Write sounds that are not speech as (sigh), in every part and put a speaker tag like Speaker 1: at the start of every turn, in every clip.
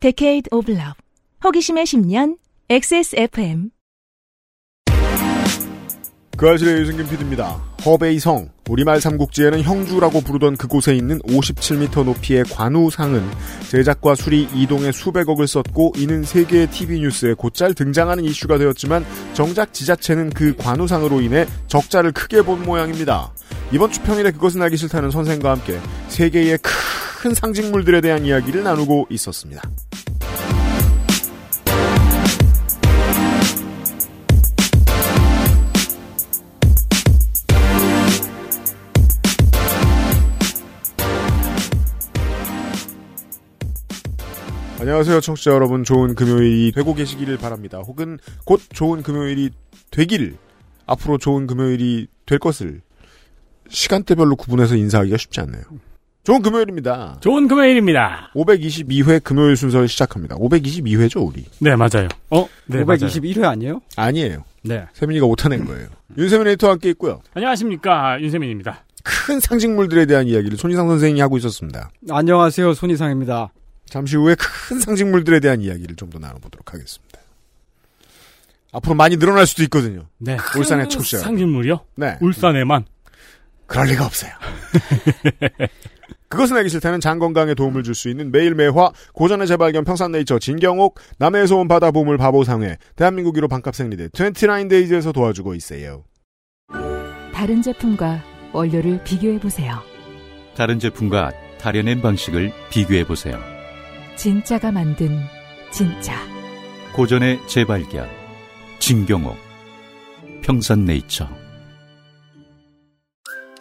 Speaker 1: Decade of Love. 호기심의 10년, XSFM.
Speaker 2: 그 아실의 유승균 PD입니다. 허베이성, 우리말 삼국지에는 형주라고 부르던 그곳에 있는 57m 높이의 관우상은 제작과 수리 이동에 수백억을 썼고 이는 세계의 TV 뉴스에 곧잘 등장하는 이슈가 되었지만 정작 지자체는 그 관우상으로 인해 적자를 크게 본 모양입니다. 이번 주 평일에 그것은 알기 싫다는 선생과 함께 세계의 큰 상징물들에 대한 이야기를 나누고 있었습니다. 안녕하세요, 청취자 여러분. 좋은 금요일이 되고 계시기를 바랍니다. 혹은 곧 좋은 금요일이 되길, 앞으로 좋은 금요일이 될 것을 시간대별로 구분해서 인사하기가 쉽지 않네요. 좋은 금요일입니다.
Speaker 3: 좋은 금요일입니다.
Speaker 2: 522회 금요일 순서를 시작합니다. 522회죠, 우리.
Speaker 3: 네, 맞아요. 어? 네,
Speaker 4: 521회 아니에요?
Speaker 2: 아니에요.
Speaker 3: 맞아요. 네.
Speaker 2: 세민이가 오타낸 거예요. 윤세민 에디터와 함께 있고요.
Speaker 3: 안녕하십니까. 윤세민입니다.
Speaker 2: 큰 상징물들에 대한 이야기를 손희상 선생이 하고 있었습니다.
Speaker 4: 안녕하세요, 손희상입니다.
Speaker 2: 잠시 후에 큰 상징물들에 대한 이야기를 좀 더 나눠보도록 하겠습니다. 앞으로 많이 늘어날 수도 있거든요.
Speaker 3: 네.
Speaker 2: 울산의 청취자.
Speaker 3: 상징물이요?
Speaker 2: 네.
Speaker 3: 울산에만.
Speaker 2: 그럴 리가 (laughs) 없어요. 그것은 알기 싫다는 장건강에 도움을 줄 수 있는 매일 매화, 고전의 재발견 평산네이처 진경옥, 남해에서 온 바다 보물 바보상회, 대한민국 1호 반값 생리대 29데이즈에서 도와주고 있어요.
Speaker 5: 다른 제품과 원료를 비교해 보세요.
Speaker 6: 다른 제품과 다려낸 방식을 비교해 보세요.
Speaker 5: 진짜가 만든 진짜.
Speaker 6: 고전의 재발견 진경옥 평산네이처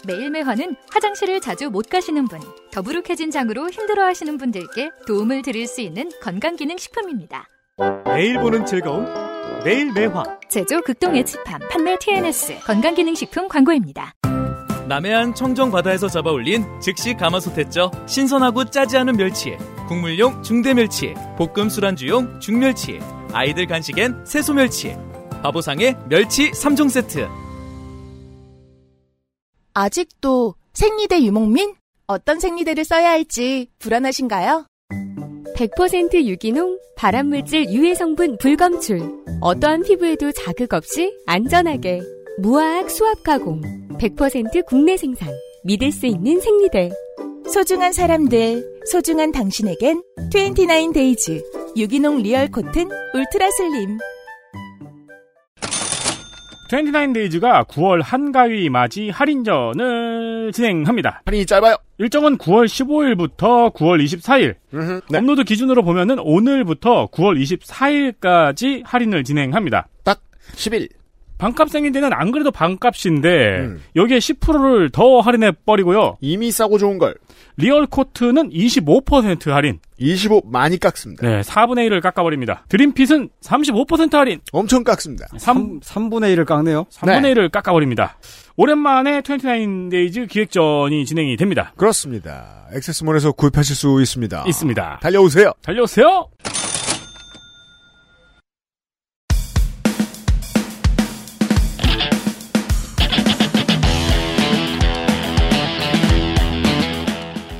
Speaker 7: 매일매화는 화장실을 자주 못 가시는 분, 더부룩해진 장으로 힘들어하시는 분들께 도움을 드릴 수 있는 건강기능식품입니다.
Speaker 8: 매일 보는 즐거움 매일 매화
Speaker 7: 제조 극동 예치팜, 판매 TNS, 건강기능식품 광고입니다.
Speaker 9: 남해안 청정바다에서 잡아올린 즉시 가마솥했죠. 신선하고 짜지 않은 멸치에 국물용 중대멸치에 볶음 술안주용 중멸치에 아이들 간식엔 새소멸치에 바보상의 멸치 3종 세트.
Speaker 10: 아직도 생리대 유목민? 어떤 생리대를 써야 할지 불안하신가요?
Speaker 11: 100% 유기농, 발암물질 유해 성분 불검출. 어떠한 피부에도 자극 없이 안전하게. 무화학 수압 가공. 100% 국내 생산. 믿을 수 있는 생리대.
Speaker 10: 소중한 사람들, 소중한 당신에겐 29 데이즈 유기농 리얼 코튼 울트라 슬림
Speaker 3: 29데이즈가 9월 한가위 맞이 할인전을 진행합니다.
Speaker 2: 할인이 짧아요.
Speaker 3: 일정은 9월 15일부터 9월 24일.
Speaker 2: 음흠. 네.
Speaker 3: 업로드 기준으로 보면은 오늘부터 9월 24일까지 할인을 진행합니다.
Speaker 2: 10일.
Speaker 3: 반값 생일대는 안 그래도 반값인데
Speaker 2: 음.
Speaker 3: 여기에 10%를 더 할인해 버리고요.
Speaker 2: 이미 싸고 좋은 걸.
Speaker 3: 리얼 코트는 25% 할인.
Speaker 2: 25 많이 깎습니다.
Speaker 3: 네, 4분의 1을 깎아 버립니다. 드림핏은 35% 할인.
Speaker 2: 엄청 깎습니다.
Speaker 3: 3
Speaker 4: 3분의 1을 깎네요.
Speaker 3: 3분의 1을 깎아버립니다. 오랜만에 29데이즈 기획전이 진행이 됩니다.
Speaker 2: 그렇습니다. 액세스몰에서 구입하실 수 아, 있습니다.
Speaker 3: 있습니다.
Speaker 2: 달려오세요.
Speaker 3: 달려오세요!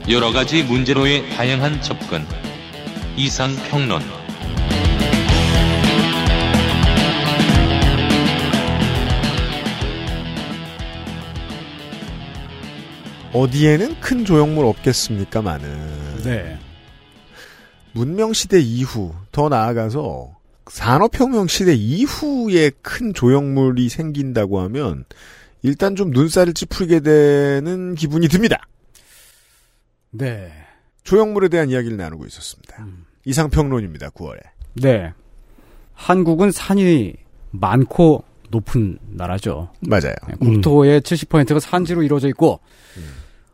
Speaker 12: 여러 가지 문제로의 다양한 접근. 이상 평론.
Speaker 2: 어디에는 큰 조형물 없겠습니까? 많은
Speaker 3: 네.
Speaker 2: 문명 시대 이후 더 나아가서 산업혁명 시대 이후에 큰 조형물이 생긴다고 하면 일단 좀 눈살을 찌푸리게 되는 기분이 듭니다.
Speaker 3: 네.
Speaker 2: 조형물에 대한 이야기를 나누고 있었습니다.
Speaker 3: 음.
Speaker 2: 이상평론입니다. 9월에.
Speaker 4: 네. 한국은 산이 많고 높은 나라죠.
Speaker 2: 맞아요.
Speaker 3: 음.
Speaker 4: 국토의 70%가 산지로 이루어져 있고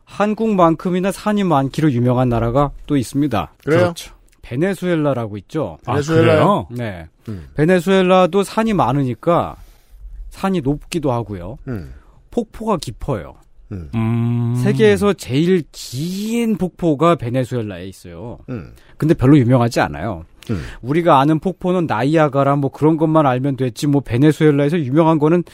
Speaker 4: 한국만큼이나 산이 많기로 유명한 나라가 또 있습니다. 그렇죠.
Speaker 2: 그래요?
Speaker 4: 베네수엘라라고 있죠.
Speaker 3: 아,
Speaker 2: 베네수엘라요?
Speaker 3: 그래요?
Speaker 4: 네.
Speaker 2: 음.
Speaker 4: 베네수엘라도 산이 많으니까 산이 높기도 하고요.
Speaker 2: 음.
Speaker 4: 폭포가 깊어요.
Speaker 2: 음.
Speaker 3: 음.
Speaker 4: 세계에서 제일 긴 폭포가 베네수엘라에 있어요.
Speaker 2: 음.
Speaker 4: 근데 별로 유명하지 않아요.
Speaker 2: 음.
Speaker 4: 우리가 아는 폭포는 나이아가라 뭐 그런 것만 알면 됐지 뭐 베네수엘라에서 유명한 거는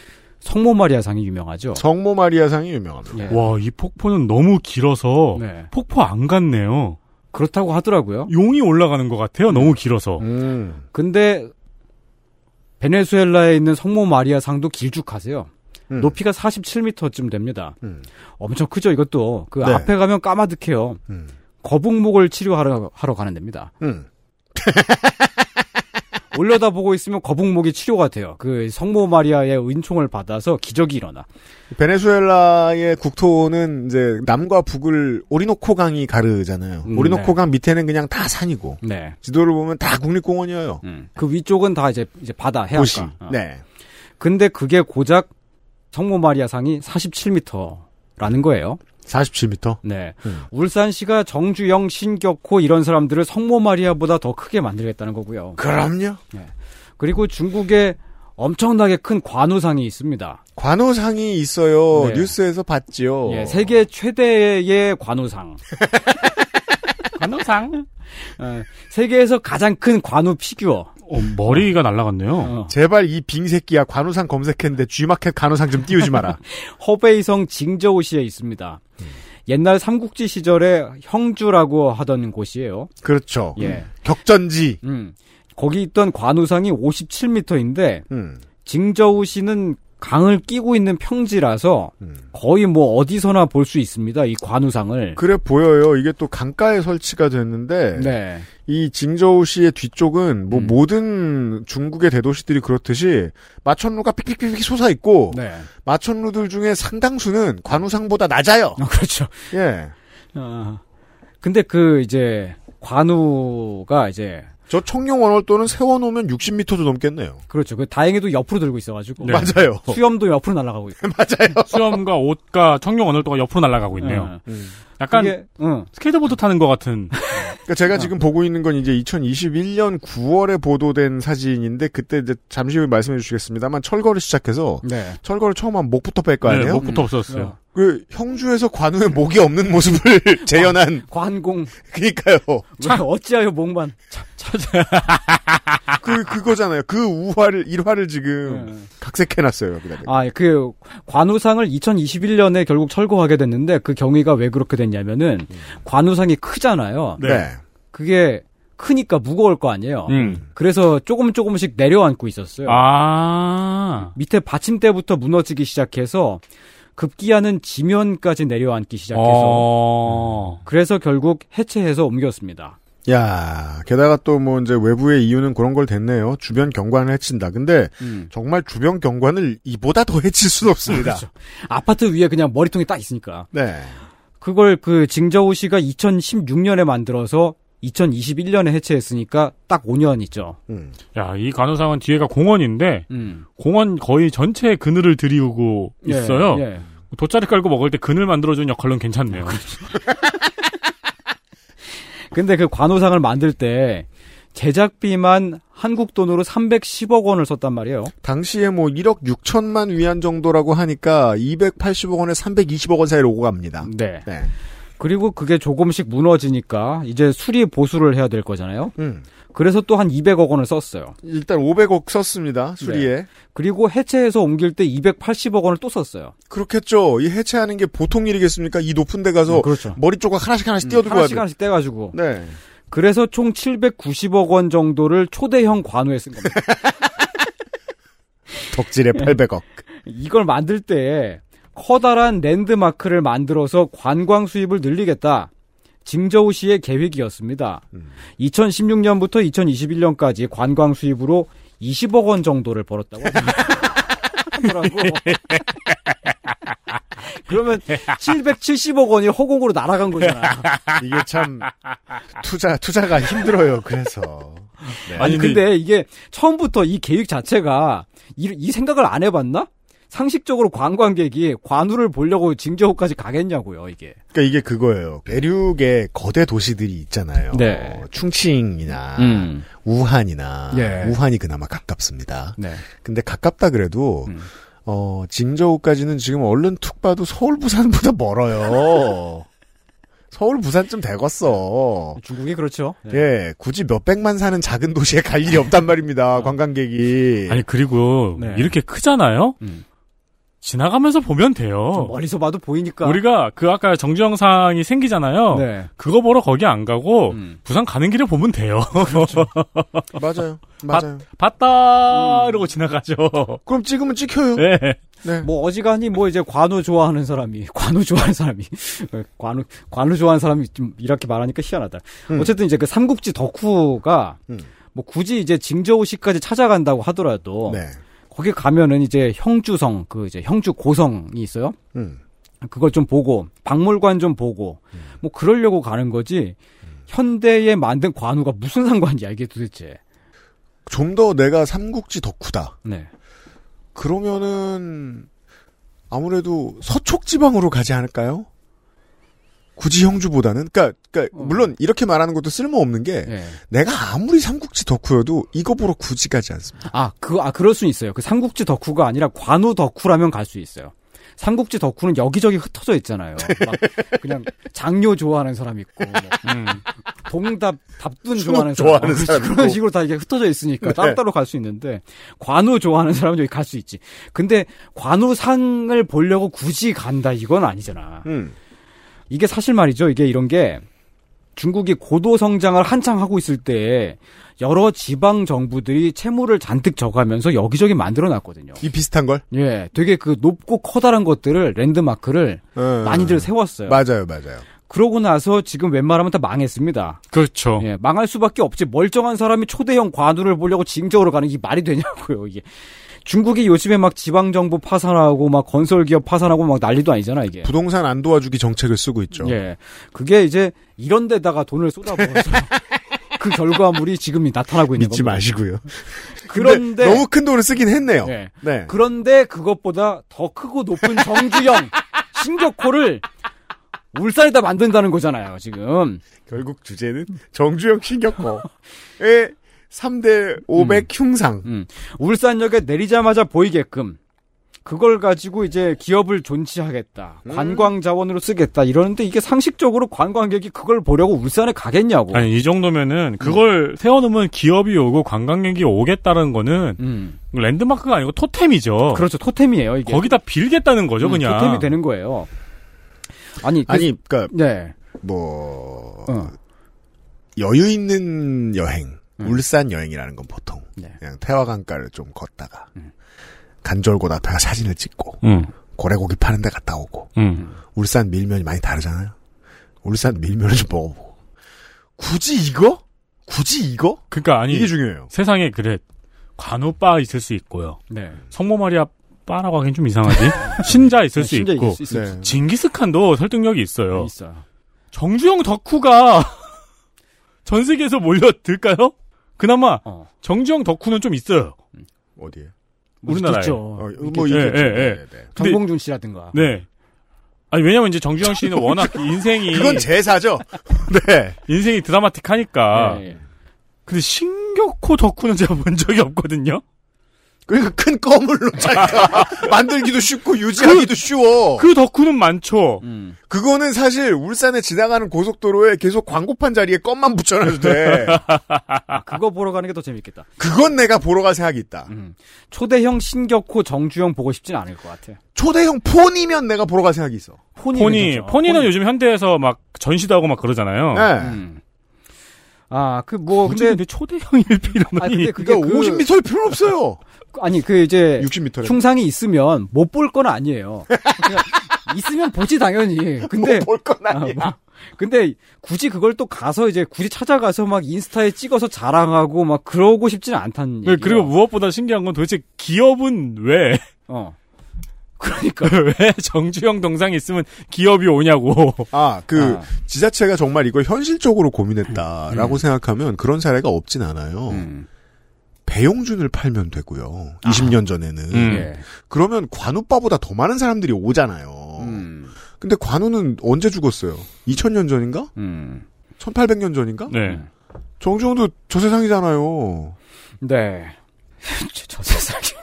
Speaker 4: 성모 마리아상이
Speaker 3: 어.
Speaker 4: 유명하죠.
Speaker 2: 성모
Speaker 3: 네.
Speaker 2: 마리아상이 유명합니다.
Speaker 4: 예.
Speaker 3: 와, 이 폭포는 너무 길어서
Speaker 4: 네.
Speaker 3: 폭포 안 같네요.
Speaker 4: 그렇다고 하더라고요.
Speaker 3: 용이 올라가는 것 같아요. 너무 길어서.
Speaker 2: 음.
Speaker 4: 근데 베네수엘라에 있는 성모 마리아 상도 길쭉하세요.
Speaker 2: 음.
Speaker 4: 높이가 47m쯤 됩니다. 엄청 크죠, 이것도. 그
Speaker 2: 네. 음.
Speaker 4: 앞에 가면 까마득해요. 거북목을 치료하러 하러 가는 데입니다. 올려다 보고 있으면 거북목이 치료가 돼요. 그 성모 마리아의 은총을 받아서 기적이 일어나.
Speaker 2: 베네수엘라의 국토는 이제 남과 북을 오리노코 강이 가르잖아요.
Speaker 4: 음,
Speaker 2: 오리노코
Speaker 4: 네.
Speaker 2: 강 밑에는 그냥 다 산이고
Speaker 4: 네.
Speaker 2: 지도를 보면 다 국립공원이에요.
Speaker 4: 그 위쪽은 다 이제 이제 바다 해안가.
Speaker 2: 도시.
Speaker 4: 어.
Speaker 2: 네.
Speaker 4: 근데 그게 고작 성모 마리아 상이 47m라는 거예요.
Speaker 2: 47m.
Speaker 4: 네.
Speaker 2: 음.
Speaker 4: 울산시가 정주영, 신격호 이런 사람들을 성모 마리아보다 더 크게 만들겠다는 거고요.
Speaker 2: 그럼요.
Speaker 4: 그리고 중국에 엄청나게 큰 관우상이 있습니다.
Speaker 2: 관우상이 있어요.
Speaker 4: 네.
Speaker 2: 뉴스에서 봤지요.
Speaker 4: 예, 세계 최대의 관우상. 관우상. 예, 세계에서 가장 큰 관우 피규어.
Speaker 3: 머리가 날라갔네요.
Speaker 2: 제발 이 빙새끼야 관우상 검색했는데 G마켓 관우상 좀 띄우지
Speaker 4: (laughs)
Speaker 2: 마라.
Speaker 4: 허베이성 징저우시에 있습니다. 옛날 삼국지 시절에 형주라고 하던 곳이에요.
Speaker 2: 그렇죠.
Speaker 4: 예.
Speaker 2: 격전지.
Speaker 4: 거기 있던 관우상이 57m인데
Speaker 2: 음.
Speaker 4: 징저우시는 강을 끼고 있는 평지라서 거의 뭐 어디서나 볼 수 있습니다. 이 관우상을.
Speaker 2: 그래 보여요. 이게 또 강가에 설치가 됐는데
Speaker 4: 네.
Speaker 2: 이 징저우시의 뒤쪽은 뭐 모든 중국의 대도시들이 그렇듯이 마천루가 삑삑삑삑 솟아 있고
Speaker 4: 네.
Speaker 2: 마천루들 중에 상당수는 관우상보다 낮아요.
Speaker 4: 그렇죠.
Speaker 2: 예.
Speaker 4: 아, 근데 그 이제 관우가 이제
Speaker 2: 저 청룡 원월도는 세워놓으면 60m도 넘겠네요.
Speaker 4: 그렇죠. 그 다행히도 옆으로 들고 있어가지고
Speaker 2: 네.
Speaker 4: (laughs)
Speaker 2: 맞아요.
Speaker 4: 수염도 옆으로 날아가고 있고
Speaker 2: 맞아요.
Speaker 3: 수염과 옷과 청룡 언월도가 옆으로 날아가고 있네요. 약간
Speaker 4: 그게,
Speaker 3: 스케이트보드 타는 것 같은.
Speaker 2: 그러니까 제가 지금 보고 있는 건 이제 2021년 9월에 보도된 사진인데 그때 이제 잠시 후에 말씀해 주시겠습니다만 철거를 시작해서
Speaker 4: 네.
Speaker 2: 철거를 처음 한 목부터 뺄 거
Speaker 3: 네,
Speaker 2: 아니에요?
Speaker 3: 목부터 없었어요.
Speaker 2: 그 형주에서 관우의 목이 없는 모습을 (laughs) 재현한
Speaker 4: 관공
Speaker 2: 그니까요.
Speaker 4: 왜 (laughs) 어찌하여 목만
Speaker 2: 그 그거잖아요. 그 우화를 일화를 지금 각색해 놨어요. 여기다.
Speaker 4: 네. 아 그 관우상을 2021년에 결국 철거하게 됐는데 그 경위가 왜 그렇게 됐냐면은
Speaker 3: 음.
Speaker 4: 관우상이 크잖아요.
Speaker 2: 네.
Speaker 4: 그게 크니까 무거울 거 아니에요.
Speaker 3: 음.
Speaker 4: 그래서 조금 조금씩 내려앉고 있었어요.
Speaker 3: 아.
Speaker 4: 밑에 받침대부터 무너지기 시작해서 급기야는 지면까지 내려앉기 시작해서
Speaker 3: 어.
Speaker 4: 그래서 결국 해체해서 옮겼습니다.
Speaker 2: 야, 게다가 또 뭐 이제 외부의 이유는 그런 걸 됐네요. 주변 경관을 해친다. 근데 정말 주변 경관을 이보다 더 해칠 수는 없습니다.
Speaker 4: 음. 그렇죠. 아파트 위에 그냥 머리통이 딱 있으니까.
Speaker 2: 네.
Speaker 4: 그걸 그 징저우 씨가 2016년에 만들어서 2021년에 해체했으니까 딱 5년 있죠.
Speaker 2: 음.
Speaker 3: 야, 이 간호상은 뒤에가 공원인데
Speaker 4: 음.
Speaker 3: 공원 거의 전체 그늘을 들이우고
Speaker 4: 예,
Speaker 3: 있어요.
Speaker 4: 예.
Speaker 3: 돗자리 깔고 먹을 때 그늘 만들어주는 역할로는 괜찮네요.
Speaker 4: 근데 그 관호상을 만들 때 제작비만 한국 돈으로 310억 원을 썼단 말이에요.
Speaker 2: 당시에 뭐 1억 6천만 위안 정도라고 하니까 280억 원에 320억 원 사이로 오고 갑니다.
Speaker 4: 네.
Speaker 2: 네.
Speaker 4: 그리고 그게 조금씩 무너지니까 이제 수리 보수를 해야 될 거잖아요.
Speaker 2: 음.
Speaker 4: 그래서 또 한 200억 원을 썼어요.
Speaker 2: 일단 500억 썼습니다. 수리에.
Speaker 4: 네. 그리고 해체해서 옮길 때 280억 원을 또 썼어요.
Speaker 2: 그렇겠죠. 이 해체하는 게 보통 일이겠습니까? 이 높은 데 가서
Speaker 4: 음, 그렇죠.
Speaker 2: 머리 조각 하나씩 하나씩 띄워두고 와야 돼.
Speaker 4: 하나씩 하나씩 떼가지고.
Speaker 2: 네.
Speaker 4: 그래서 총 790억 원 정도를 초대형 관우에 쓴 겁니다.
Speaker 2: 덕질에 800억.
Speaker 4: 이걸 만들 때 커다란 랜드마크를 만들어서 관광 수입을 늘리겠다. 징저우 씨의 계획이었습니다. 2016년부터 2021년까지 관광 수입으로 20억 원 정도를 벌었다고 합니다. 하더라고. (laughs) 그러면 770억 원이 허공으로 날아간 (laughs) 거잖아.
Speaker 2: 이게 참 투자 투자가 힘들어요. 그래서
Speaker 4: 네. 아니 근데 이게 처음부터 이 계획 자체가 이, 이 생각을 안 해봤나? 상식적으로 관광객이 관우를 보려고 징저우까지 가겠냐고요 이게.
Speaker 2: 그러니까 이게 그거예요. 대륙의 거대 도시들이 있잖아요.
Speaker 4: 네.
Speaker 2: 충칭이나
Speaker 4: 음.
Speaker 2: 우한이나
Speaker 4: 예.
Speaker 2: 우한이 그나마 가깝습니다.
Speaker 4: 네. 음.
Speaker 2: 근데 가깝다 그래도 어 징저우까지는 지금 얼른 툭 봐도 서울 부산보다 멀어요. 서울 부산쯤 되겠어.
Speaker 4: 중국이 그렇죠.
Speaker 3: 네.
Speaker 2: 예, 굳이 몇 백만 사는 작은 도시에 갈 일이 없단 말입니다. 관광객이.
Speaker 3: 아니 그리고
Speaker 4: 네.
Speaker 3: 이렇게 크잖아요. 지나가면서 보면 돼요.
Speaker 4: 멀리서 봐도 보이니까.
Speaker 3: 어.
Speaker 4: 네.
Speaker 3: 우리가 어. 그 아까 정주영상이 생기잖아요. 그거 보러 거기 안 가고
Speaker 4: 음.
Speaker 3: 부산 가는 길에 보면
Speaker 4: (laughs)
Speaker 3: 돼요.
Speaker 4: 그렇죠.
Speaker 2: 맞아요. 맞아요.
Speaker 3: (laughs) 봤다
Speaker 4: 음.
Speaker 3: 이러고 지나가죠.
Speaker 2: 그럼 찍으면 찍혀요.
Speaker 3: 네.
Speaker 4: 뭐 어지간히 뭐 이제 관우 좋아하는 사람이 (laughs) 관우 좋아하는 사람이 어, 관우 관우 좋아하는 사람이 좀 이렇게 말하니까 희한하다.
Speaker 13: 음.
Speaker 4: 어쨌든 이제 그 삼국지 덕후가
Speaker 3: 음.
Speaker 4: 뭐 굳이 이제 징저우시까지 찾아간다고 하더라도
Speaker 3: 네.
Speaker 2: 네.
Speaker 4: 거기 가면은 이제 형주성 그 이제 형주 고성이 있어요.
Speaker 2: 음.
Speaker 4: 그걸 좀 보고 박물관 좀 보고
Speaker 3: 음.
Speaker 4: 뭐 그러려고 가는 거지. 현대에 만든 관우가 무슨 상관이야 이게 도대체.
Speaker 2: 좀 더 내가 삼국지 덕후다.
Speaker 4: 네.
Speaker 2: 그러면은 아무래도 서촉 지방으로 가지 않을까요? 굳이 형주보다는 그러니까, 그러니까 물론 이렇게 말하는 것도 쓸모없는
Speaker 3: 네.
Speaker 2: 게
Speaker 4: 네.
Speaker 2: 내가 아무리 삼국지 덕후여도 이거 보러 굳이 가지 않습니다.
Speaker 4: 아, 그, 아, 그럴 수 있어요. 그 삼국지 덕후가 아니라 관우 덕후라면 갈 수 있어요. 삼국지 덕후는 여기저기
Speaker 13: (laughs)
Speaker 4: 흩어져 있잖아요.
Speaker 13: 네.
Speaker 4: 막 그냥 장료 좋아하는 사람 있고, 뭐 동답, 답둔
Speaker 13: 순옥
Speaker 4: 좋아하는 사람,
Speaker 13: 좋아하는
Speaker 4: 어,
Speaker 13: 사람
Speaker 4: 그런
Speaker 13: 있고.
Speaker 4: 식으로 다 이게 흩어져 있으니까
Speaker 13: 네.
Speaker 4: 따로따로 갈 수 있는데, 관우 좋아하는 사람은 여기 갈 수 있지. 근데 관우상을 보려고 굳이 간다, 이건 아니잖아. 이게 사실 말이죠. 이게 이런 게 중국이 고도 성장을 한창 하고 있을 때 여러 지방 정부들이 채무를 잔뜩 져가면서 여기저기 만들어 놨거든요.
Speaker 2: 이 비슷한 걸?
Speaker 4: 예. 되게 그 높고 커다란 것들을 랜드마크를 많이들
Speaker 2: 어.
Speaker 4: 세웠어요. 네.
Speaker 2: 맞아요, 맞아요.
Speaker 4: 그러고 나서 지금 웬만하면 다 망했습니다.
Speaker 2: 어.
Speaker 3: 그렇죠.
Speaker 4: 예, 망할 수밖에 없지. 멀쩡한 사람이 초대형 관우를 보려고 징적으로 가는 게 말이 되냐고요, 이게. 중국이 요즘에 막 지방정부 파산하고 막 건설기업 파산하고 막 난리도 아니잖아, 이게.
Speaker 2: 부동산 안 도와주기 정책을 쓰고 있죠.
Speaker 4: 예. 그게 이제 이런 데다가 돈을 쏟아부어서 (laughs) 그 결과물이 지금 나타나고 있는
Speaker 2: 믿지
Speaker 4: 겁니다.
Speaker 2: 마시고요.
Speaker 4: 그런데
Speaker 2: 근데 너무 큰 돈을 쓰긴 했네요.
Speaker 4: 네.
Speaker 2: 네.
Speaker 4: 그런데 그것보다 더 크고 높은 정주영 신격호를 울산에다 만든다는 거잖아요, 지금.
Speaker 2: 결국 주제는 정주영 신격호의 3대 500
Speaker 4: 음.
Speaker 2: 흉상.
Speaker 4: 울산역에 내리자마자 보이게끔 그걸 가지고 이제 기업을 존치하겠다.
Speaker 3: 음.
Speaker 4: 관광 자원으로 쓰겠다. 이러는데 이게 상식적으로 관광객이 그걸 보려고 울산에 가겠냐고.
Speaker 3: 아니 이 정도면은
Speaker 4: 음.
Speaker 3: 그걸 세워놓으면 기업이 오고 관광객이 오겠다는 거는 랜드마크가 아니고 토템이죠.
Speaker 4: 음. 그렇죠, 토템이에요. 이게.
Speaker 3: 거기다 빌겠다는 어. 거죠,
Speaker 4: 음,
Speaker 3: 그냥.
Speaker 4: 토템이 되는 거예요. 아니, 그-
Speaker 2: 아니, 그러니까
Speaker 4: 네. 어.
Speaker 2: 뭐 여유 있는 여행,
Speaker 4: 음.
Speaker 2: 울산 여행이라는 건 보통
Speaker 4: 네.
Speaker 2: 그냥 태화강가를 좀 걷다가
Speaker 4: 음.
Speaker 2: 간절곶 앞에 가 사진을 찍고
Speaker 3: 음.
Speaker 2: 고래고기 파는 데 갔다 오고
Speaker 3: 음.
Speaker 2: 울산 밀면이 많이 다르잖아요. 울산 밀면을 좀 먹어보고 굳이 이거? 굳이 이거?
Speaker 3: 그러니까
Speaker 4: 음.
Speaker 3: 아니
Speaker 2: 이게 중요해요.
Speaker 3: 세상에 그래 관우바 있을 수 있고요.
Speaker 4: 네.
Speaker 3: 성모 마리아 바라고 하긴 좀 이상하지.
Speaker 4: (laughs)
Speaker 3: 신자 있을
Speaker 4: 네,
Speaker 3: 수
Speaker 4: 신자
Speaker 3: 있고.
Speaker 4: 있을 수 있어요.
Speaker 3: 징기스칸도 설득력이 있어요.
Speaker 4: 있어요.
Speaker 3: 정주영 덕후가 (laughs) 전 세계에서 몰려들까요? 그나마
Speaker 4: 어.
Speaker 3: 정주영 덕후는 좀 있어요.
Speaker 2: 어디에?
Speaker 3: 우리나라에.
Speaker 4: 있겠죠.
Speaker 2: 뭐
Speaker 3: 어,
Speaker 4: 있겠죠.
Speaker 3: 예,
Speaker 4: 있겠죠.
Speaker 3: 예,
Speaker 4: 네,
Speaker 3: 예.
Speaker 4: 네.
Speaker 3: 근데-
Speaker 4: 정봉준 씨라든가.
Speaker 3: 네. 아니 왜냐면 이제 정주영 씨는 워낙 인생이
Speaker 4: 그건
Speaker 2: 제사죠. (laughs) 네.
Speaker 3: 인생이 드라마틱하니까.
Speaker 4: 예, 예.
Speaker 3: 근데 신격호 덕후는 제가 본 적이 없거든요.
Speaker 2: 그러니까 큰 거물로 (laughs) 자기가 만들기도 쉽고 유지하기도 쉬워.
Speaker 3: 그 덕후는 많죠.
Speaker 4: 음.
Speaker 2: 그거는 사실 울산에 지나가는 고속도로에 계속 광고판 자리에 껌만 붙여놔도 돼.
Speaker 4: 그거 보러 가는 게 더 재밌겠다.
Speaker 2: 그건 내가 보러 갈 생각이 있다.
Speaker 4: 초대형 신격호 정주영 보고 싶진 않을 것 같아.
Speaker 2: 초대형 폰이면 내가 보러 갈 생각이 있어.
Speaker 4: 폰이
Speaker 3: 포니, 포니는 요즘 현대에서 막 전시도 하고 막 그러잖아요.
Speaker 2: 네.
Speaker 4: 아, 그, 뭐,
Speaker 3: 근데, 초대형일 (laughs) 필요는
Speaker 4: 아니, 근데 그게 그-
Speaker 2: 50m일 그러니까 필요 없어요.
Speaker 4: 아니 그 이제
Speaker 2: 60m 래요.
Speaker 4: 충상이 있으면 못 볼 건 아니에요.
Speaker 2: (laughs)
Speaker 4: 그냥 있으면 보지 당연히. 근데 뭐.
Speaker 2: 못 (laughs) 볼 건 아니야.
Speaker 4: 근데 굳이 그걸 또 가서 이제 굳이 찾아가서 막 인스타에 찍어서 자랑하고 막 그러고 싶지는 않다는
Speaker 3: 네,
Speaker 4: 얘기.
Speaker 3: 그리고 무엇보다 신기한 건 도대체 기업은
Speaker 4: (laughs)
Speaker 3: 왜?
Speaker 4: 어.
Speaker 3: 그러니까 (laughs) 왜 정주영 동상이 있으면 기업이 오냐고.
Speaker 2: 아, 그 지자체가 정말 이걸 현실적으로 고민했다라고 생각하면 그런 사례가 없진 않아요.
Speaker 4: 음.
Speaker 2: 배용준을 팔면 되고요. 20년 전에는
Speaker 13: 음. 예.
Speaker 2: 그러면 관우빠보다 더 많은 사람들이 오잖아요.
Speaker 4: 음.
Speaker 2: 근데 관우는 언제 죽었어요? 2000년 전인가?
Speaker 4: 음.
Speaker 2: 1800년 전인가?
Speaker 3: 네.
Speaker 2: 정주영도
Speaker 4: (laughs)
Speaker 2: 저 세상이잖아요.
Speaker 4: 네. 저, 세상이.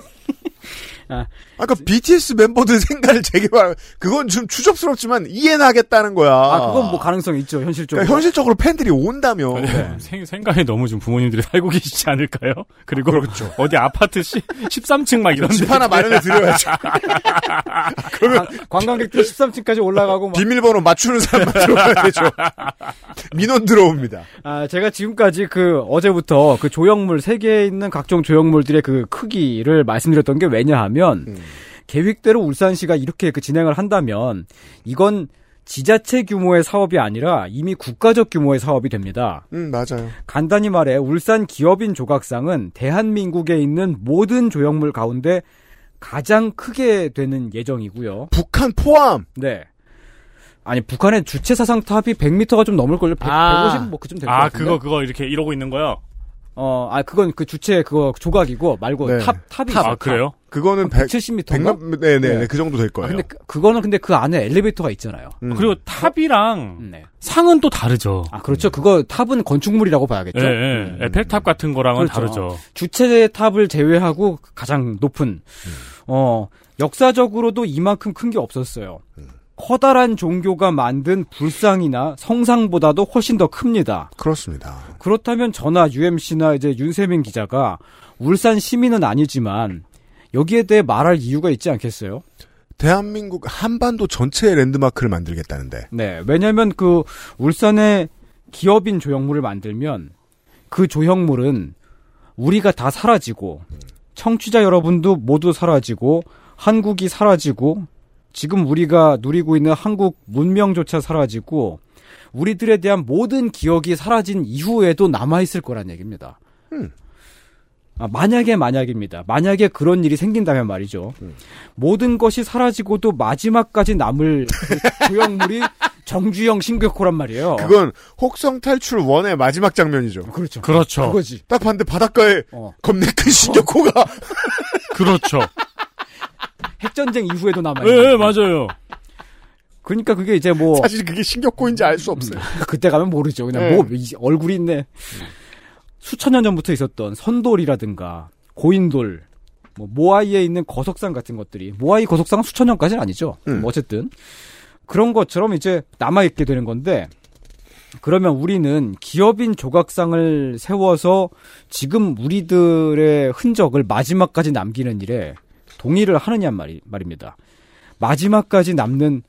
Speaker 4: 아.
Speaker 2: 아까 그러니까 BTS 멤버들 생각을 (laughs) 재개발 그건 좀 추접스럽지만 이해는 하겠다는 거야.
Speaker 4: 아, 그건 뭐 가능성이 있죠, 현실적으로.
Speaker 2: 그러니까 현실적으로 팬들이 온다며.
Speaker 3: 네. 생, 생각에 너무 좀 부모님들이 (laughs) 살고 계시지 않을까요? 그리고
Speaker 4: 그렇죠.
Speaker 3: 어디 아파트 시, (laughs) 13층 막 이런
Speaker 2: 집 하나 마련해
Speaker 4: (laughs)
Speaker 2: 드려야죠.
Speaker 4: 그러면 관광객들 13층까지 올라가고 막.
Speaker 2: 비밀번호 맞추는 사람 만들어야 되죠. 민원 들어옵니다.
Speaker 4: 아, 제가 지금까지 그 어제부터 그 조형물 세계에 있는 각종 조형물들의 그 크기를 말씀드렸던 게 왜냐하면 음. 계획대로 울산시가 이렇게 그 진행을 한다면 이건 지자체 규모의 사업이 아니라 이미 국가적 규모의 사업이 됩니다.
Speaker 2: 음, 맞아요.
Speaker 4: 간단히 말해 울산 기업인 조각상은 대한민국에 있는 모든 조형물 가운데 가장 크게 되는 예정이고요.
Speaker 2: 북한 포함.
Speaker 4: 네. 아니 북한의 주체 사상 탑이 100m가 좀 넘을 걸요. 1
Speaker 3: 아.
Speaker 4: 150 뭐 그쯤 될것
Speaker 3: 아,
Speaker 4: 같은데.
Speaker 3: 그거, 그거 이렇게 이러고 있는 거요?
Speaker 4: 어, 아 그건 그 주체 그거 조각이고 말고
Speaker 3: 네.
Speaker 4: 탑 탑이
Speaker 3: 탑.
Speaker 4: 있어요.
Speaker 3: 아, 그래요?
Speaker 4: 탑.
Speaker 2: 그거는 100,
Speaker 4: 170m인가?
Speaker 2: 네네, 그 정도 될 거예요.
Speaker 4: 근데 그, 그거는 근데 그 안에 엘리베이터가 있잖아요. 네.
Speaker 3: 그리고 탑이랑
Speaker 2: 음.
Speaker 3: 상은 또 다르죠.
Speaker 4: 음. 아 그렇죠. 그거 탑은 건축물이라고 봐야겠죠. 음.
Speaker 3: 예, 예. 에펠탑 같은 거랑은
Speaker 4: 그렇죠.
Speaker 3: 다르죠.
Speaker 4: 주체 탑을 제외하고 가장 높은
Speaker 2: 음.
Speaker 4: 어 역사적으로도 이만큼 큰 게 없었어요.
Speaker 2: 음.
Speaker 4: 커다란 종교가 만든 불상이나 성상보다도 훨씬 더 큽니다.
Speaker 2: 그렇습니다.
Speaker 4: 그렇다면 저나 UMC나 이제 윤세민 기자가 울산 시민은 아니지만 여기에 대해 말할 이유가 있지 않겠어요?
Speaker 2: 대한민국 한반도 전체의 랜드마크를 만들겠다는데.
Speaker 4: 네, 왜냐면 하그 울산의 기업인 조형물을 만들면 그 조형물은 우리가 다 사라지고 청취자 여러분도 모두 사라지고 한국이 사라지고 지금 우리가 누리고 있는 한국 문명조차 사라지고 우리들에 대한 모든 기억이 사라진 이후에도 남아 있을 거란 얘기입니다.
Speaker 2: 음.
Speaker 4: 아, 만약에 만약입니다. 만약에 그런 일이 생긴다면 말이죠.
Speaker 2: 음.
Speaker 4: 모든 것이 사라지고도 마지막까지 남을
Speaker 2: (laughs)
Speaker 4: 그 조형물이 정주영 신격호란 말이에요.
Speaker 3: 어.
Speaker 2: 그건 혹성 탈출 원의 마지막 장면이죠.
Speaker 4: 그렇죠.
Speaker 3: 그렇죠.
Speaker 4: 그거지.
Speaker 2: 딱 봤는데 바닷가에
Speaker 3: 어.
Speaker 2: 겁내 큰 신격호가
Speaker 3: (laughs) 그렇죠.
Speaker 4: 핵전쟁 이후에도 남아
Speaker 3: 예,
Speaker 4: 있는.
Speaker 3: 예, 맞아요.
Speaker 4: 그러니까 그게 이제
Speaker 3: 어.
Speaker 4: 뭐
Speaker 2: (laughs) 사실 그게 신격호인지 알 수 없어요.
Speaker 3: 음.
Speaker 4: (laughs) 그때 가면 모르죠. 그냥
Speaker 2: 네.
Speaker 4: 뭐 이- 얼굴이 있네. 수천 년 전부터 있었던 선돌이라든가 고인돌, 뭐 모아이에 있는 거석상 같은 것들이 모아이 거석상은 수천 년까지는 아니죠. 뭐 어쨌든 그런 것처럼 이제 남아 있게 되는 건데 그러면 우리는 기업인 조각상을 세워서 지금 우리들의 흔적을 마지막까지 남기는 일에 동의를 하느냐 말이, 말입니다. 마지막까지 남는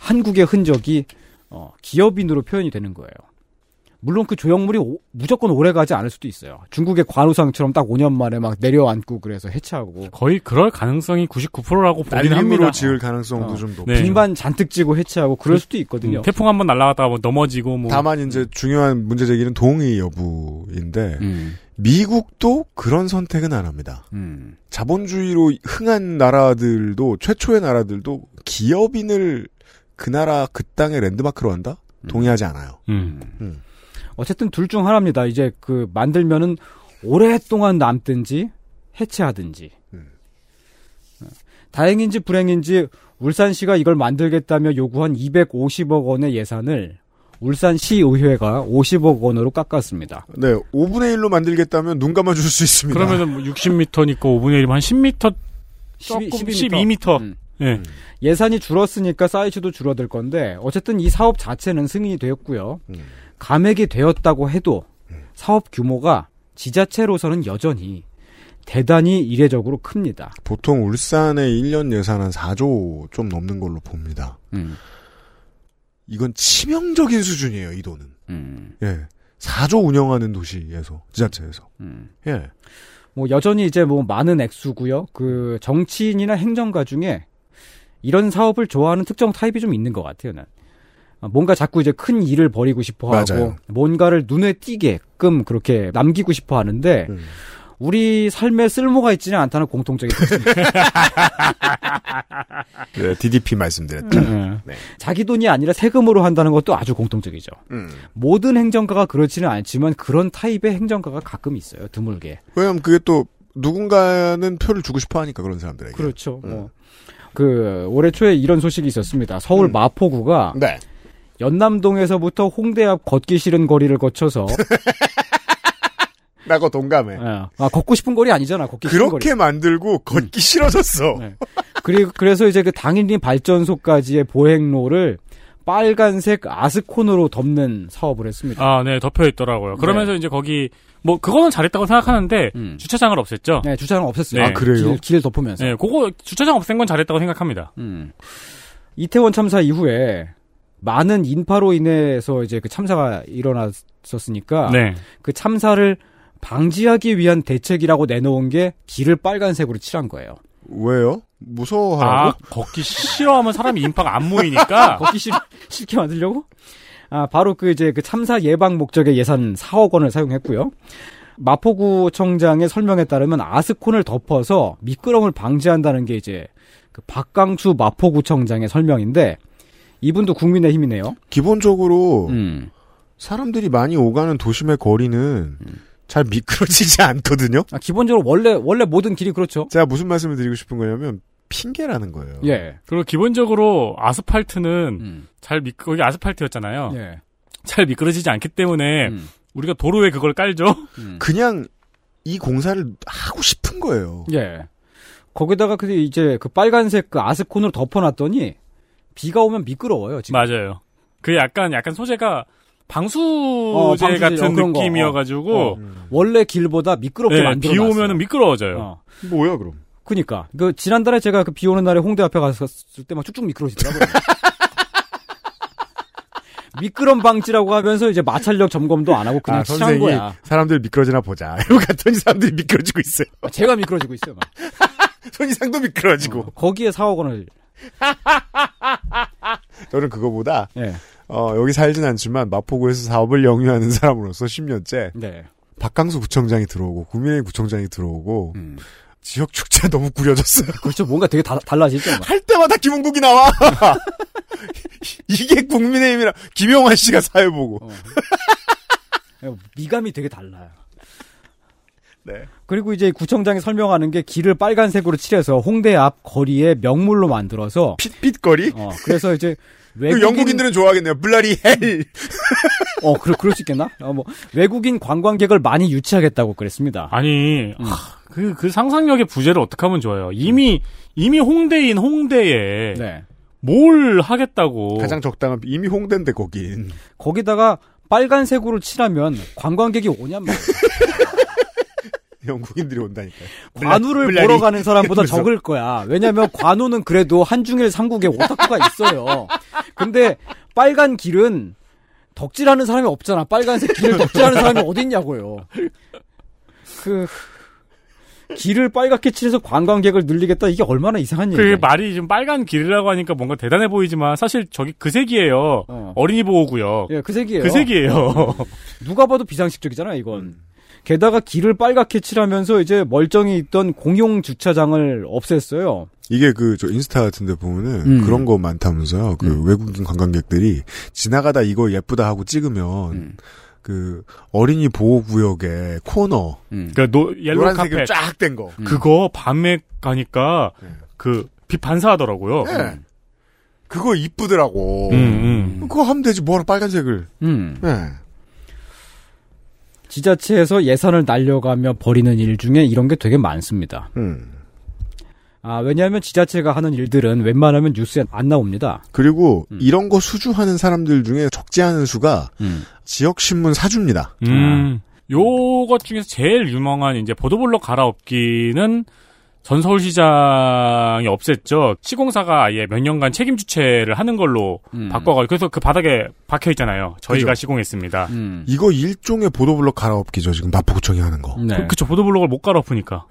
Speaker 4: 한국의 흔적이 어, 기업인으로 표현이 되는 거예요. 물론 그 조형물이 오- 무조건 오래 가지 않을 수도 있어요. 중국의 관우상처럼 딱 5년 만에 막 내려앉고 그래서 해체하고
Speaker 3: 거의 그럴 가능성이 99%라고 보긴
Speaker 2: 날림으로
Speaker 3: 합니다.
Speaker 2: 지을 가능성도 좀 높고.
Speaker 3: 네.
Speaker 4: 빈만 잔뜩 지고 해체하고 그럴 수도 있거든요.
Speaker 3: 음, 태풍 한번 날아갔다가 뭐 넘어지고 뭐
Speaker 2: 다만 이제 중요한 문제 제기는 동의 여부인데
Speaker 3: 음, 네.
Speaker 2: 미국도 그런 선택은 안 합니다.
Speaker 4: 음.
Speaker 2: 자본주의로 흥한 나라들도 최초의 나라들도 기업인을 그 나라 그 땅의 랜드마크로 한다?
Speaker 3: 음.
Speaker 2: 동의하지 않아요.
Speaker 4: 어쨌든 둘 중 하나입니다. 이제 그 만들면은 오랫동안 남든지 해체하든지. 어, 다행인지 불행인지 울산시가 이걸 만들겠다며 요구한 250억 원의 예산을 울산시의회가 50억 원으로 깎았습니다.
Speaker 2: 네, 5분의 1로 만들겠다면 눈 감아줄 수 있습니다.
Speaker 3: 그러면은 뭐 60m니까 5분의 1이면 한 10m 조금
Speaker 4: 12, 12m.
Speaker 3: 12m. 예.
Speaker 4: 예산이 줄었으니까 사이즈도 줄어들 건데 어쨌든 이 사업 자체는 승인이 되었고요. 감액이 되었다고 해도 사업 규모가 지자체로서는 여전히 대단히 이례적으로 큽니다.
Speaker 2: 보통 울산의 1년 예산은 4조 좀 넘는 걸로 봅니다. 이건 치명적인 수준이에요, 이 돈은. 예. 4조 운영하는 도시에서, 지자체에서.
Speaker 4: 음.
Speaker 2: 예.
Speaker 4: 뭐 여전히 이제 뭐 많은 액수고요. 그 정치인이나 행정가 중에 이런 사업을 좋아하는 특정 타입이 좀 있는 것 같아요. 난. 아, 뭔가 자꾸 이제 큰 일을 벌이고 싶어 하고
Speaker 2: 맞아요.
Speaker 4: 뭔가를 눈에 띄게끔 그렇게 남기고 싶어 하는데
Speaker 2: 음.
Speaker 4: 우리 삶에 쓸모가 있지는 않다는
Speaker 2: (laughs)
Speaker 4: 공통적인 특징.
Speaker 2: 네, DDP 말씀드렸죠.
Speaker 4: 음.
Speaker 2: 네.
Speaker 4: 자기 돈이 아니라 세금으로 한다는 것도 아주 공통적이죠.
Speaker 2: 음.
Speaker 4: 모든 행정가가 그렇지는 않지만 그런 타입의 행정가가 가끔 있어요. 드물게.
Speaker 2: 왜냐면 그게 또, 누군가는 표를 주고 싶어 하니까, 그런 사람들에게.
Speaker 4: 그렇죠. 뭐. 그 올해 초에 이런 소식이 있었습니다.
Speaker 2: 음.
Speaker 4: 서울 마포구가
Speaker 2: 네.
Speaker 4: 연남동에서부터 홍대 앞 걷기 싫은 거리를 거쳐서
Speaker 2: 나고 동감해.
Speaker 4: 아, 걷고 싶은 거리 아니잖아. 걷기
Speaker 2: 그렇게
Speaker 4: 싫은 음. 네. 거리.
Speaker 2: 만들고 걷기 싫어졌어.
Speaker 4: 그리고 그래서 이제 그 당일인 발전소까지의 보행로를 빨간색 아스콘으로 덮는 사업을 했습니다.
Speaker 3: 아, 네, 덮여 있더라고요. 그러면서 이제 거기 뭐 그거는 잘했다고 생각하는데 주차장을 없앴죠.
Speaker 4: 네, 주차장 없앴어요.
Speaker 3: 음. 네.
Speaker 4: 아, 그래요? 길- 길 덮으면서. 음.
Speaker 3: 네, 그거 주차장 없앤 건 잘했다고 생각합니다.
Speaker 4: 이태원 참사 이후에 많은 인파로 인해서 이제 그 참사가 일어났었으니까
Speaker 3: 네.
Speaker 4: 그 참사를 방지하기 위한 대책이라고 내놓은 게 길을 빨간색으로 칠한 거예요.
Speaker 2: 왜요? 무서워하라고?
Speaker 3: 아, 걷기 싫어하면 사람이 인파가 안 (laughs) 모이니까
Speaker 4: 걷기 싫, 싫게 만들려고? 아, 바로 그 이제 그 참사 예방 목적의 예산 4억 원을 사용했고요. 마포구청장의 설명에 따르면 아스콘을 덮어서 미끄럼을 방지한다는 게 이제 그 박강수 마포구청장의 설명인데 이분도 국민의힘이네요.
Speaker 2: 기본적으로
Speaker 4: 음.
Speaker 3: 음.
Speaker 2: 사람들이 많이 오가는 도심의 거리는
Speaker 4: 음.
Speaker 2: 잘 미끄러지지 않거든요.
Speaker 4: 아, 기본적으로 원래 원래 모든 길이 그렇죠.
Speaker 2: 제가 무슨 말씀을 드리고 싶은 거냐면 핑계라는 거예요.
Speaker 4: 예.
Speaker 3: 그리고 기본적으로 아스팔트는 잘 미, 거기 아스팔트였잖아요.
Speaker 4: 예.
Speaker 3: 잘 미끄러지지 않기 때문에
Speaker 4: 음.
Speaker 3: 우리가 도로에 그걸 깔죠.
Speaker 2: 그냥 이 공사를 하고 싶은 거예요.
Speaker 4: 예. 거기다가 그 이제 그 빨간색 그 아스콘으로 덮어놨더니 비가 오면 미끄러워요. (laughs) 지금.
Speaker 3: 맞아요. 그 약간 약간 소재가 방수제
Speaker 4: 어, 방수제,
Speaker 3: 같은
Speaker 4: 어, 그런 거.
Speaker 3: 느낌이어가지고
Speaker 4: 어, 어. 원래 길보다 미끄럽게 어.
Speaker 3: 네,
Speaker 4: 만들어.
Speaker 3: 비 오면은 미끄러워져요.
Speaker 2: 뭐야 그럼?
Speaker 4: 그니까 그 지난달에 제가 그 비 오는 날에 홍대 앞에 갔었을 때 막 쭉쭉 미끄러지더라고요. (laughs) 미끄럼 방지라고 하면서 이제 마찰력 점검도 안 하고 그냥
Speaker 2: 아,
Speaker 4: 치한
Speaker 2: 선생이
Speaker 4: 거야.
Speaker 2: 사람들 미끄러지나 보자. (laughs) 이러고 갔더니 사람들이 미끄러지고 있어요.
Speaker 4: 제가 미끄러지고 있어요. 막.
Speaker 2: 손이상도 미끄러지고.
Speaker 4: 거기에 4억 원을.
Speaker 2: 저는 그거보다
Speaker 4: 예.
Speaker 2: 어, 여기 살진 않지만 마포구에서 사업을 영위하는 사람으로서 10년째
Speaker 4: 네.
Speaker 2: 박강수 구청장이 들어오고 국민의힘 구청장이 들어오고 지역 축제 너무 구려졌어요. (laughs)
Speaker 4: 그렇죠. 뭔가 되게 다- 달라지죠. 막.
Speaker 2: 할 때마다 김은국이 나와. (laughs) 이게 국민의힘이라 김영환 씨가 사회 보고.
Speaker 4: 예, 미감이 되게 달라요.
Speaker 2: 네.
Speaker 4: 그리고 이제 구청장이 설명하는 게 길을 빨간색으로 칠해서 홍대 앞 거리에 명물로 만들어서
Speaker 2: 핏빛 거리?
Speaker 4: 어, 그래서 이제
Speaker 2: 그
Speaker 4: 외국인
Speaker 2: 영국인들은 좋아하겠네요. 블라리 헬.
Speaker 4: 어, 그럴 그럴 수 있겠나? 어, 뭐 외국인 관광객을 많이 유치하겠다고 그랬습니다.
Speaker 3: 아니
Speaker 4: 음.
Speaker 3: 그 그 상상력의 부재를 어떻게 하면 좋아요. 이미 이미 홍대인 홍대에
Speaker 4: 네.
Speaker 3: 뭘 하겠다고
Speaker 2: 가장 적당한 이미 홍대인데 거긴. (laughs)
Speaker 4: 거기다가 빨간색으로 칠하면 관광객이 오냔 말이야.
Speaker 2: 영국인들이 온다니까요.
Speaker 4: 관우를
Speaker 2: 블라리.
Speaker 4: 보러 가는 사람보다
Speaker 2: 그래서.
Speaker 4: 적을 거야. 왜냐면 관우는 그래도 한중일 삼국에 오타쿠가 있어요. 근데 빨간 길은 덕질하는 사람이 없잖아. 빨간색 길을 덕질하는 사람이 어딨냐고요. 그 길을 빨갛게 칠해서 관광객을 늘리겠다. 이게 얼마나 이상한
Speaker 3: 그
Speaker 4: 얘기야.
Speaker 3: 말이 지금 빨간 길이라고 하니까 뭔가 대단해 보이지만 사실 저기 그 색이에요. 어. 린이 보호구역.
Speaker 4: 예, 그 색이에요. 어.
Speaker 3: 그 색이에요.
Speaker 4: 누가 봐도 비상식적이잖아, 이건. 게다가 길을 빨갛게 칠하면서 이제 멀쩡히 있던 공용 주차장을 없앴어요.
Speaker 2: 이게 그 저 인스타 같은데 보면은
Speaker 4: 음.
Speaker 2: 그런 거 많다면서요. 그 외국인 관광객들이 지나가다 이거 예쁘다 하고 찍으면
Speaker 4: 음.
Speaker 2: 그 어린이 보호 구역의 코너
Speaker 3: (laughs) 그 노, 옐로우
Speaker 2: 노란색으로
Speaker 3: 카펫
Speaker 2: 쫙 된
Speaker 4: 음.
Speaker 2: 거.
Speaker 3: 음. 그거 밤에 가니까 그 빛 반사하더라고요.
Speaker 2: 네. 그거 이쁘더라고.
Speaker 3: 음,
Speaker 2: 그거 하면 되지 뭐하러 빨간색을.
Speaker 4: 음.
Speaker 2: 네.
Speaker 4: 지자체에서 예산을 날려가며 벌이는 일 중에 이런 게 되게 많습니다.
Speaker 2: 음.
Speaker 4: 아, 왜냐하면 지자체가 하는 일들은 웬만하면 뉴스에 안 나옵니다.
Speaker 2: 그리고
Speaker 4: 음.
Speaker 2: 이런 거 수주하는 사람들 중에 적지 않은 수가
Speaker 4: 음.
Speaker 2: 지역 신문 사줍니다.
Speaker 3: 음. 요것 중에서 제일 유명한 이제 보도블록 갈아엎기는 전 서울시장이 없앴죠. 시공사가 아예 몇 년간 책임 주체를 하는 걸로 바꿔가지고 그래서 그 바닥에 박혀 있잖아요. 저희가
Speaker 2: 그죠.
Speaker 3: 시공했습니다.
Speaker 2: 이거 일종의 보도블록 갈아엎기죠. 지금 마포구청이 하는 거. 예.
Speaker 4: 네.
Speaker 3: 그쵸 보도블록을 못 갈아엎으니까.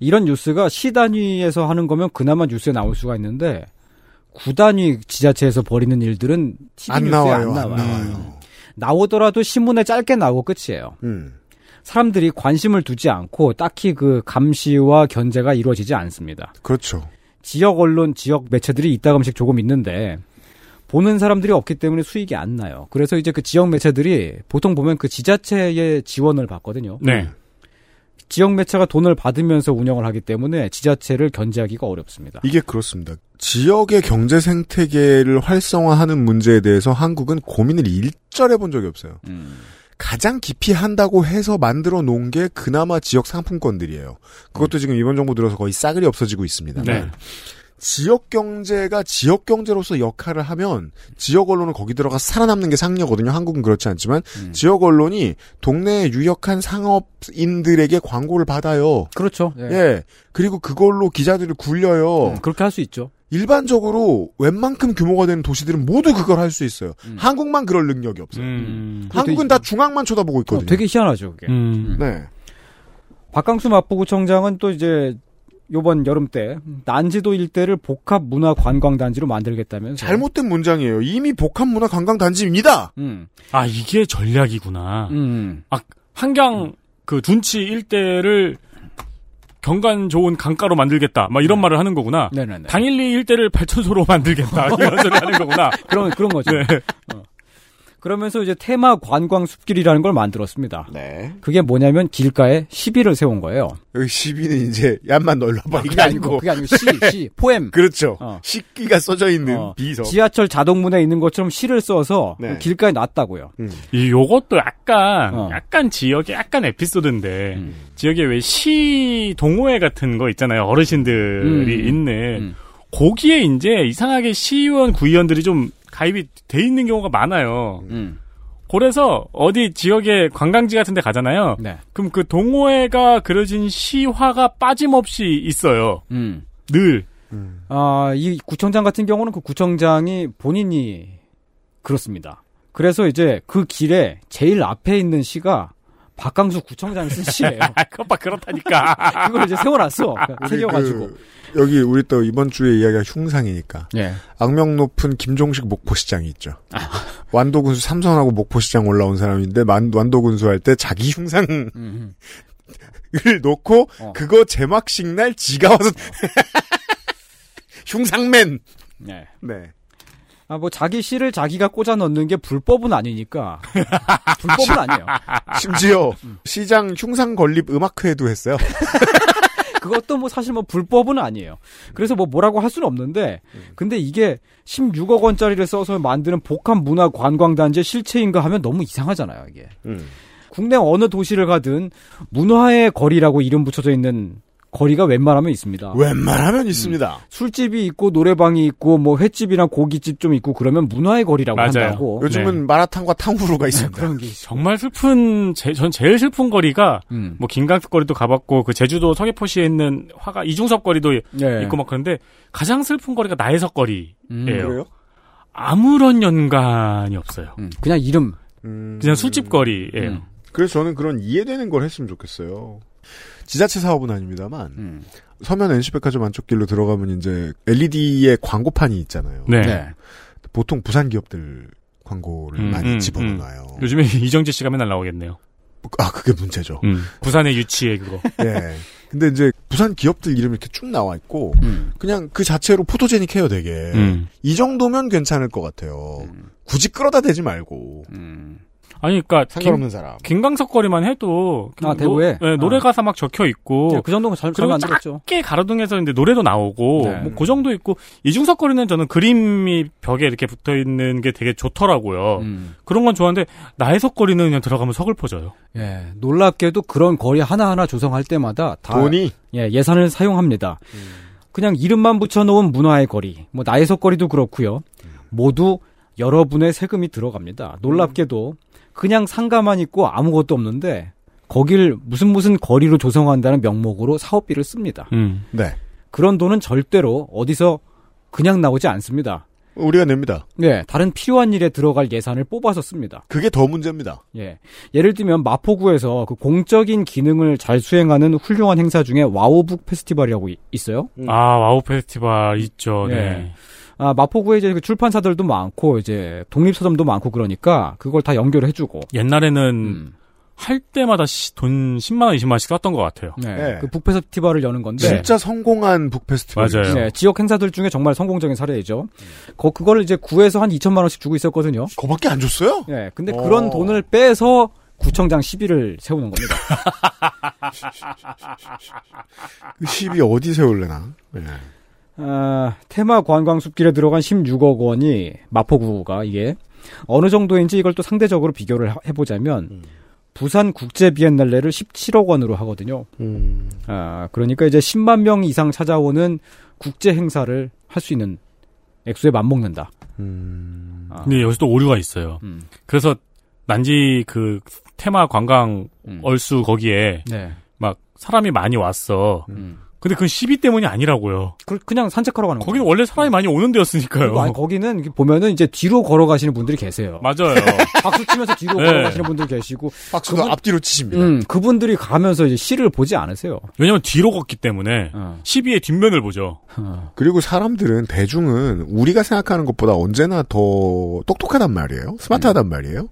Speaker 4: 이런 뉴스가 시 단위에서 하는 거면 그나마 뉴스에 나올 수가 있는데 구 단위 지자체에서 벌이는 일들은 TV
Speaker 2: 안
Speaker 4: 뉴스에
Speaker 2: 나와요,
Speaker 4: 안
Speaker 2: 안
Speaker 4: 나와요. 나오더라도 신문에 짧게 나오고 끝이에요.
Speaker 2: 음.
Speaker 4: 사람들이 관심을 두지 않고 딱히 그 감시와 견제가 이루어지지 않습니다.
Speaker 2: 그렇죠.
Speaker 4: 지역 언론, 지역 매체들이 이따금씩 조금 있는데 보는 사람들이 없기 때문에 수익이 안 나요. 그래서 이제 그 지역 매체들이 보통 보면 그 지자체의 지원을 받거든요.
Speaker 3: 네.
Speaker 4: 지역 매체가 돈을 받으면서 운영을 하기 때문에 지자체를 견제하기가 어렵습니다.
Speaker 2: 이게 그렇습니다. 지역의 경제 생태계를 활성화하는 문제에 대해서 한국은 고민을 일절 해본 적이 없어요. 가장 깊이 한다고 해서 만들어 놓은 게 그나마 지역 상품권들이에요. 그것도 지금 이번 정부 들어서 거의 싸그리 없어지고 있습니다.
Speaker 3: 네.
Speaker 2: 지역 경제가 지역 경제로서 역할을 하면 지역 언론은 거기 들어가 살아남는 게 상녀거든요. 한국은 그렇지 않지만 지역 언론이 동네의 유력한 상업인들에게 광고를 받아요.
Speaker 4: 그렇죠.
Speaker 2: 예. 그리고 그걸로 기자들을 굴려요.
Speaker 4: 그렇게 할 수 있죠.
Speaker 2: 일반적으로 웬만큼 규모가 되는 도시들은 모두 그걸 할 수 있어요.
Speaker 4: 음.
Speaker 2: 한국만 그럴 능력이 없어요.
Speaker 3: 음.
Speaker 2: 한국은 다 중앙만 쳐다보고 있거든요.
Speaker 4: 되게 희한하죠, 음. 그게.
Speaker 2: 네.
Speaker 4: 박강수 마포구청장은 또 이제 요번 여름 때 난지도 일대를 복합 문화 관광 단지로 만들겠다면서
Speaker 2: 잘못된 문장이에요. 이미 복합 문화 관광 단지입니다.
Speaker 3: 아 이게 전략이구나.
Speaker 4: 음.
Speaker 3: 아 한강 그 둔치 일대를 경관 좋은 강가로 만들겠다. 막 이런 말을 하는 거구나.
Speaker 4: 네. 네네네.
Speaker 3: 당일리 일대를 발전소로
Speaker 4: (laughs)
Speaker 3: 만들겠다. 이런 소리 하는 거구나.
Speaker 4: 그런 그런 거죠. 어. 그러면서 이제 테마 관광 숲길이라는 걸 만들었습니다.
Speaker 2: 네.
Speaker 4: 그게 뭐냐면 길가에 시비를 세운 거예요.
Speaker 2: 여기 시비는 이제 얌만 널러봐
Speaker 4: 아,
Speaker 2: 이게
Speaker 4: 그게 아니고,
Speaker 2: 아니고
Speaker 4: 그게 아니고 시, 시, 포엠.
Speaker 2: 그렇죠.
Speaker 4: 어.
Speaker 2: 식기가 써져 있는
Speaker 4: 어,
Speaker 2: 비석.
Speaker 4: 지하철 자동문에 있는 것처럼 시를 써서
Speaker 3: 네.
Speaker 4: 길가에 놨다고요.
Speaker 2: 음.
Speaker 3: 이 요것도 약간
Speaker 4: 어.
Speaker 3: 약간 지역의 약간 에피소드인데
Speaker 4: 음.
Speaker 3: 지역에 왜 시 동호회 같은 거 있잖아요 어르신들이
Speaker 4: 음.
Speaker 3: 있는 거기에 이제 이상하게 시의원 구의원들이 좀 가입이 돼 있는 경우가 많아요.
Speaker 4: 음.
Speaker 3: 그래서 어디 지역의 관광지 같은 데 가잖아요.
Speaker 4: 네.
Speaker 3: 그럼 그 동호회가 그려진 시화가 빠짐없이 있어요.
Speaker 4: 음.
Speaker 3: 늘.
Speaker 4: 아, 이 구청장 같은 경우는 그 구청장이 본인이 그렇습니다. 그래서 이제 그 길에 제일 앞에 있는 시가 박강수 구청장이 쓴 (laughs) 시예요.
Speaker 3: 아, 그것봐 그렇다니까.
Speaker 4: (laughs) 그걸 이제 세워놨어. 새겨가지고.
Speaker 2: 그, 여기 우리 또 이번 주에 이야기가 흉상이니까.
Speaker 4: 예.
Speaker 2: 악명 높은 김종식 목포시장이 있죠. 완도군수 삼선하고 목포시장 올라온 사람인데 만- 완도군수 할 때 자기 흉상을 놓고
Speaker 4: 어.
Speaker 2: 그거 제막식 날 지가 와서 (laughs) 흉상맨.
Speaker 4: 네.
Speaker 2: 네.
Speaker 4: 아, 뭐 자기 시를 자기가 꽂아 넣는 게
Speaker 3: (laughs)
Speaker 4: 불법은 아니니까. 불법은 아니에요.
Speaker 2: 심지어 시장 흉상 건립 음악회도 했어요.
Speaker 4: 그것도 뭐 사실 뭐 불법은 아니에요. 그래서 뭐 뭐라고 할 수는 없는데, 근데 이게 16억 원짜리를 써서 만드는 복합 문화 관광 단지의 실체인가 하면 너무 이상하잖아요, 이게.
Speaker 3: 음.
Speaker 4: 국내 어느 도시를 가든 문화의 거리라고 이름 붙여져 있는 거리가 웬만하면 있습니다.
Speaker 2: 웬만하면 있습니다.
Speaker 4: 음. 술집이 있고 노래방이 있고 뭐 횟집이나 고깃집 좀 있고 그러면 문화의 거리라고 한다고.
Speaker 2: 요즘은 마라탕과 탕후루가 있습니다.
Speaker 4: 어. 네. 그런 게 있어요.
Speaker 3: 정말 슬픈 제, 전 제일 슬픈 거리가
Speaker 4: 음.
Speaker 3: 뭐 김강수 거리도 가봤고 그 제주도 서귀포시에 있는 화가 이중섭 거리도
Speaker 4: 네.
Speaker 3: 있고 막 그런데 가장 슬픈 거리가 나혜석 거리예요.
Speaker 4: 음, 그래요?
Speaker 3: 아무런 연관이 없어요.
Speaker 4: 음. 그냥 이름.
Speaker 2: 음.
Speaker 3: 그냥 술집 거리예요.
Speaker 2: 그래서 저는 그런 이해되는 걸 했으면 좋겠어요. 지자체 사업은 아닙니다만 서면 NC백화점 안쪽 길로 들어가면 이제 LED의 광고판이 있잖아요.
Speaker 3: 네. 네.
Speaker 2: 보통 부산 기업들 광고를
Speaker 3: 음,
Speaker 2: 많이
Speaker 3: 음,
Speaker 2: 집어넣어요.
Speaker 3: 음. 요즘에 (laughs) 이정재 씨가 맨날 나오겠네요.
Speaker 2: 아 그게 (laughs) 문제죠.
Speaker 3: 음. 부산의 유치에 그거.
Speaker 2: 예. 근데 이제 부산 기업들 이름 이렇게 쭉 나와 있고 그냥 그 자체로 포토제닉해요 되게
Speaker 3: 음.
Speaker 2: 이 정도면 괜찮을 것 같아요. 굳이 끌어다 대지 말고
Speaker 3: 아니 그러니까
Speaker 2: 상관없는 사람.
Speaker 3: 김강석 거리만 해도
Speaker 4: 아,
Speaker 3: 노-
Speaker 4: 대우에?
Speaker 3: 네, 노래 가사 막 적혀 있고
Speaker 4: 그 정도면 잘, 잘
Speaker 3: 그리고
Speaker 4: 만들었죠.
Speaker 3: 작게 가로등에서 이제 노래도 나오고
Speaker 4: 네.
Speaker 3: 뭐그 정도 있고 이중석 거리는 저는 그림이 벽에 이렇게 붙어 있는 게 되게 좋더라고요.
Speaker 4: 음.
Speaker 3: 그런 건 좋아하는데 나혜석 거리는 그냥 들어가면 서글퍼져요.
Speaker 4: 예, 놀랍게도 그런 거리 하나하나 조성할 때마다 다
Speaker 2: 돈이? 음.
Speaker 4: 예, 예산을 사용합니다. 그냥 이름만 붙여놓은 문화의 거리, 뭐 나혜석 거리도 그렇고요.
Speaker 2: 음.
Speaker 4: 모두 여러분의 세금이 들어갑니다. 놀랍게도 그냥 상가만 있고 아무것도 없는데 거길 무슨 무슨 거리로 조성한다는 명목으로 사업비를 씁니다.
Speaker 2: 네.
Speaker 4: 그런 돈은 절대로 어디서 그냥 나오지 않습니다.
Speaker 2: 우리가 냅니다.
Speaker 4: 네, 다른 필요한 일에 들어갈 예산을 뽑아서 씁니다.
Speaker 2: 그게 더 문제입니다.
Speaker 4: 예. 예를 들면 마포구에서 그 공적인 기능을 잘 수행하는 훌륭한 행사 중에 와우북 페스티벌이라고 이- 있어요.
Speaker 3: 아 와우 페스티벌 있죠. 네.
Speaker 4: 아, 마포구에 이제 그 출판사들도 많고 이제 독립서점도 많고 그러니까 그걸 다 연결을 해주고.
Speaker 3: 옛날에는 할 때마다 시- 돈 10만 원, 20만 원씩 썼던 것 같아요.
Speaker 4: 네. 그북 페스티벌을 여는 건데.
Speaker 2: 진짜 성공한 북페스티벌.
Speaker 3: 맞아요.
Speaker 4: 네, 지역 행사들 중에 정말 성공적인 사례이죠. 거 그거를 이제 구에서 한 2천만 원씩 주고 있었거든요.
Speaker 2: 그거밖에 안 줬어요?
Speaker 4: 네, 근데
Speaker 2: 어.
Speaker 4: 그런 돈을 빼서 구청장 시비를 세우는 겁니다.
Speaker 2: 그 시비 어디 세울래나? 네.
Speaker 4: 아, 테마 관광 숲길에 들어간 16억 원이 마포구가 이게 어느 정도인지 이걸 또 상대적으로 비교를 하- 해보자면 부산 국제 비엔날레를 17억 원으로 하거든요.
Speaker 2: 음,
Speaker 4: 아, 그러니까 이제 10만 명 이상 찾아오는 국제 행사를 할 수 있는 액수에 맞먹는다.
Speaker 2: 음.
Speaker 4: 아. 음.
Speaker 3: 근데 여기서 또 오류가 있어요. 그래서 난지 그 테마 관광 얼수 거기에
Speaker 4: 음. 네. 음.
Speaker 3: 막 사람이 많이 왔어. 근데 그건 시비 때문이 아니라고요.
Speaker 4: 그, 냥 산책하러 가는
Speaker 3: 거기는 원래 사람이 많이 오는 데였으니까요.
Speaker 4: 그리고 음. 아니, 거기는 이렇게 보면은 이제 뒤로 걸어가시는 분들이
Speaker 3: (laughs)
Speaker 4: 계세요.
Speaker 3: 맞아요.
Speaker 4: 박수 치면서 뒤로
Speaker 3: 네.
Speaker 4: 걸어가시는 분들 계시고
Speaker 2: 박수도 앞뒤로 치십니다.
Speaker 4: 음, 그분들이 가면서 이제 시를 보지 않으세요.
Speaker 3: 왜냐면 뒤로 걷기 때문에 시비의 뒷면을 보죠.
Speaker 2: 그리고 사람들은 대중은 우리가 생각하는 것보다 언제나 더 똑똑하단 말이에요. 스마트하단 말이에요.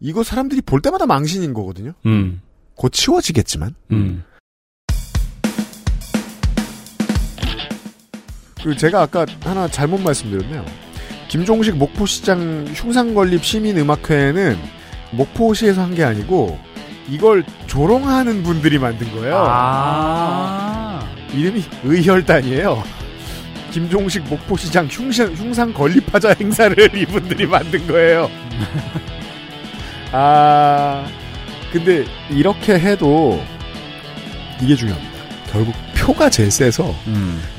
Speaker 2: 이거 사람들이 볼 때마다 망신인 거거든요.
Speaker 3: 음.
Speaker 2: 곧 치워지겠지만.
Speaker 3: 음.
Speaker 2: 그 제가 아까 하나 잘못 말씀드렸네요. 김종식 목포시장 흉상건립 시민음악회는 목포시에서 한 게 아니고 이걸 조롱하는 분들이 만든 거예요.
Speaker 4: 아.
Speaker 2: 이름이 의혈단이에요. 김종식 목포시장 흉상, 흉상 건립하자 행사를 (laughs) 이분들이 만든 거예요. (laughs) 아, 근데 이렇게 해도 이게 중요합니다. 결국 표가 제일 세서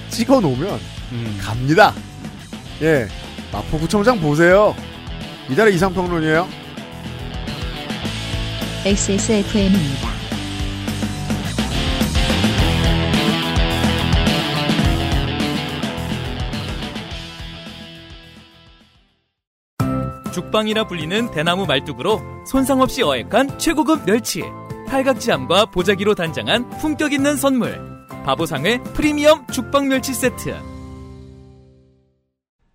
Speaker 2: 찍어 놓으면 갑니다. 예. 마포구청장 보세요. 이달의 이상평론이에요.
Speaker 13: XSFM입니다.
Speaker 9: 죽방이라 불리는 대나무 말뚝으로 손상 없이 어획한 최고급 멸치, 팔각지함과 보자기로 단장한 품격 있는 선물, 바보상의 프리미엄 죽방 멸치 세트.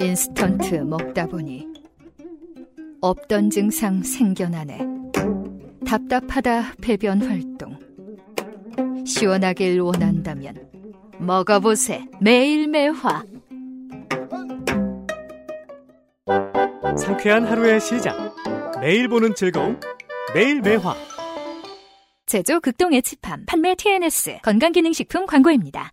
Speaker 7: 인스턴트 먹다 보니 없던 증상 생겨나네. 답답하다 배변 활동. 시원하길 원한다면 먹어보세 매일 매화.
Speaker 8: 상쾌한 하루의 시작. 매일 보는 즐거움. 매일 매화.
Speaker 7: 제조 극동의 집함 판매 TNS 건강기능식품 광고입니다.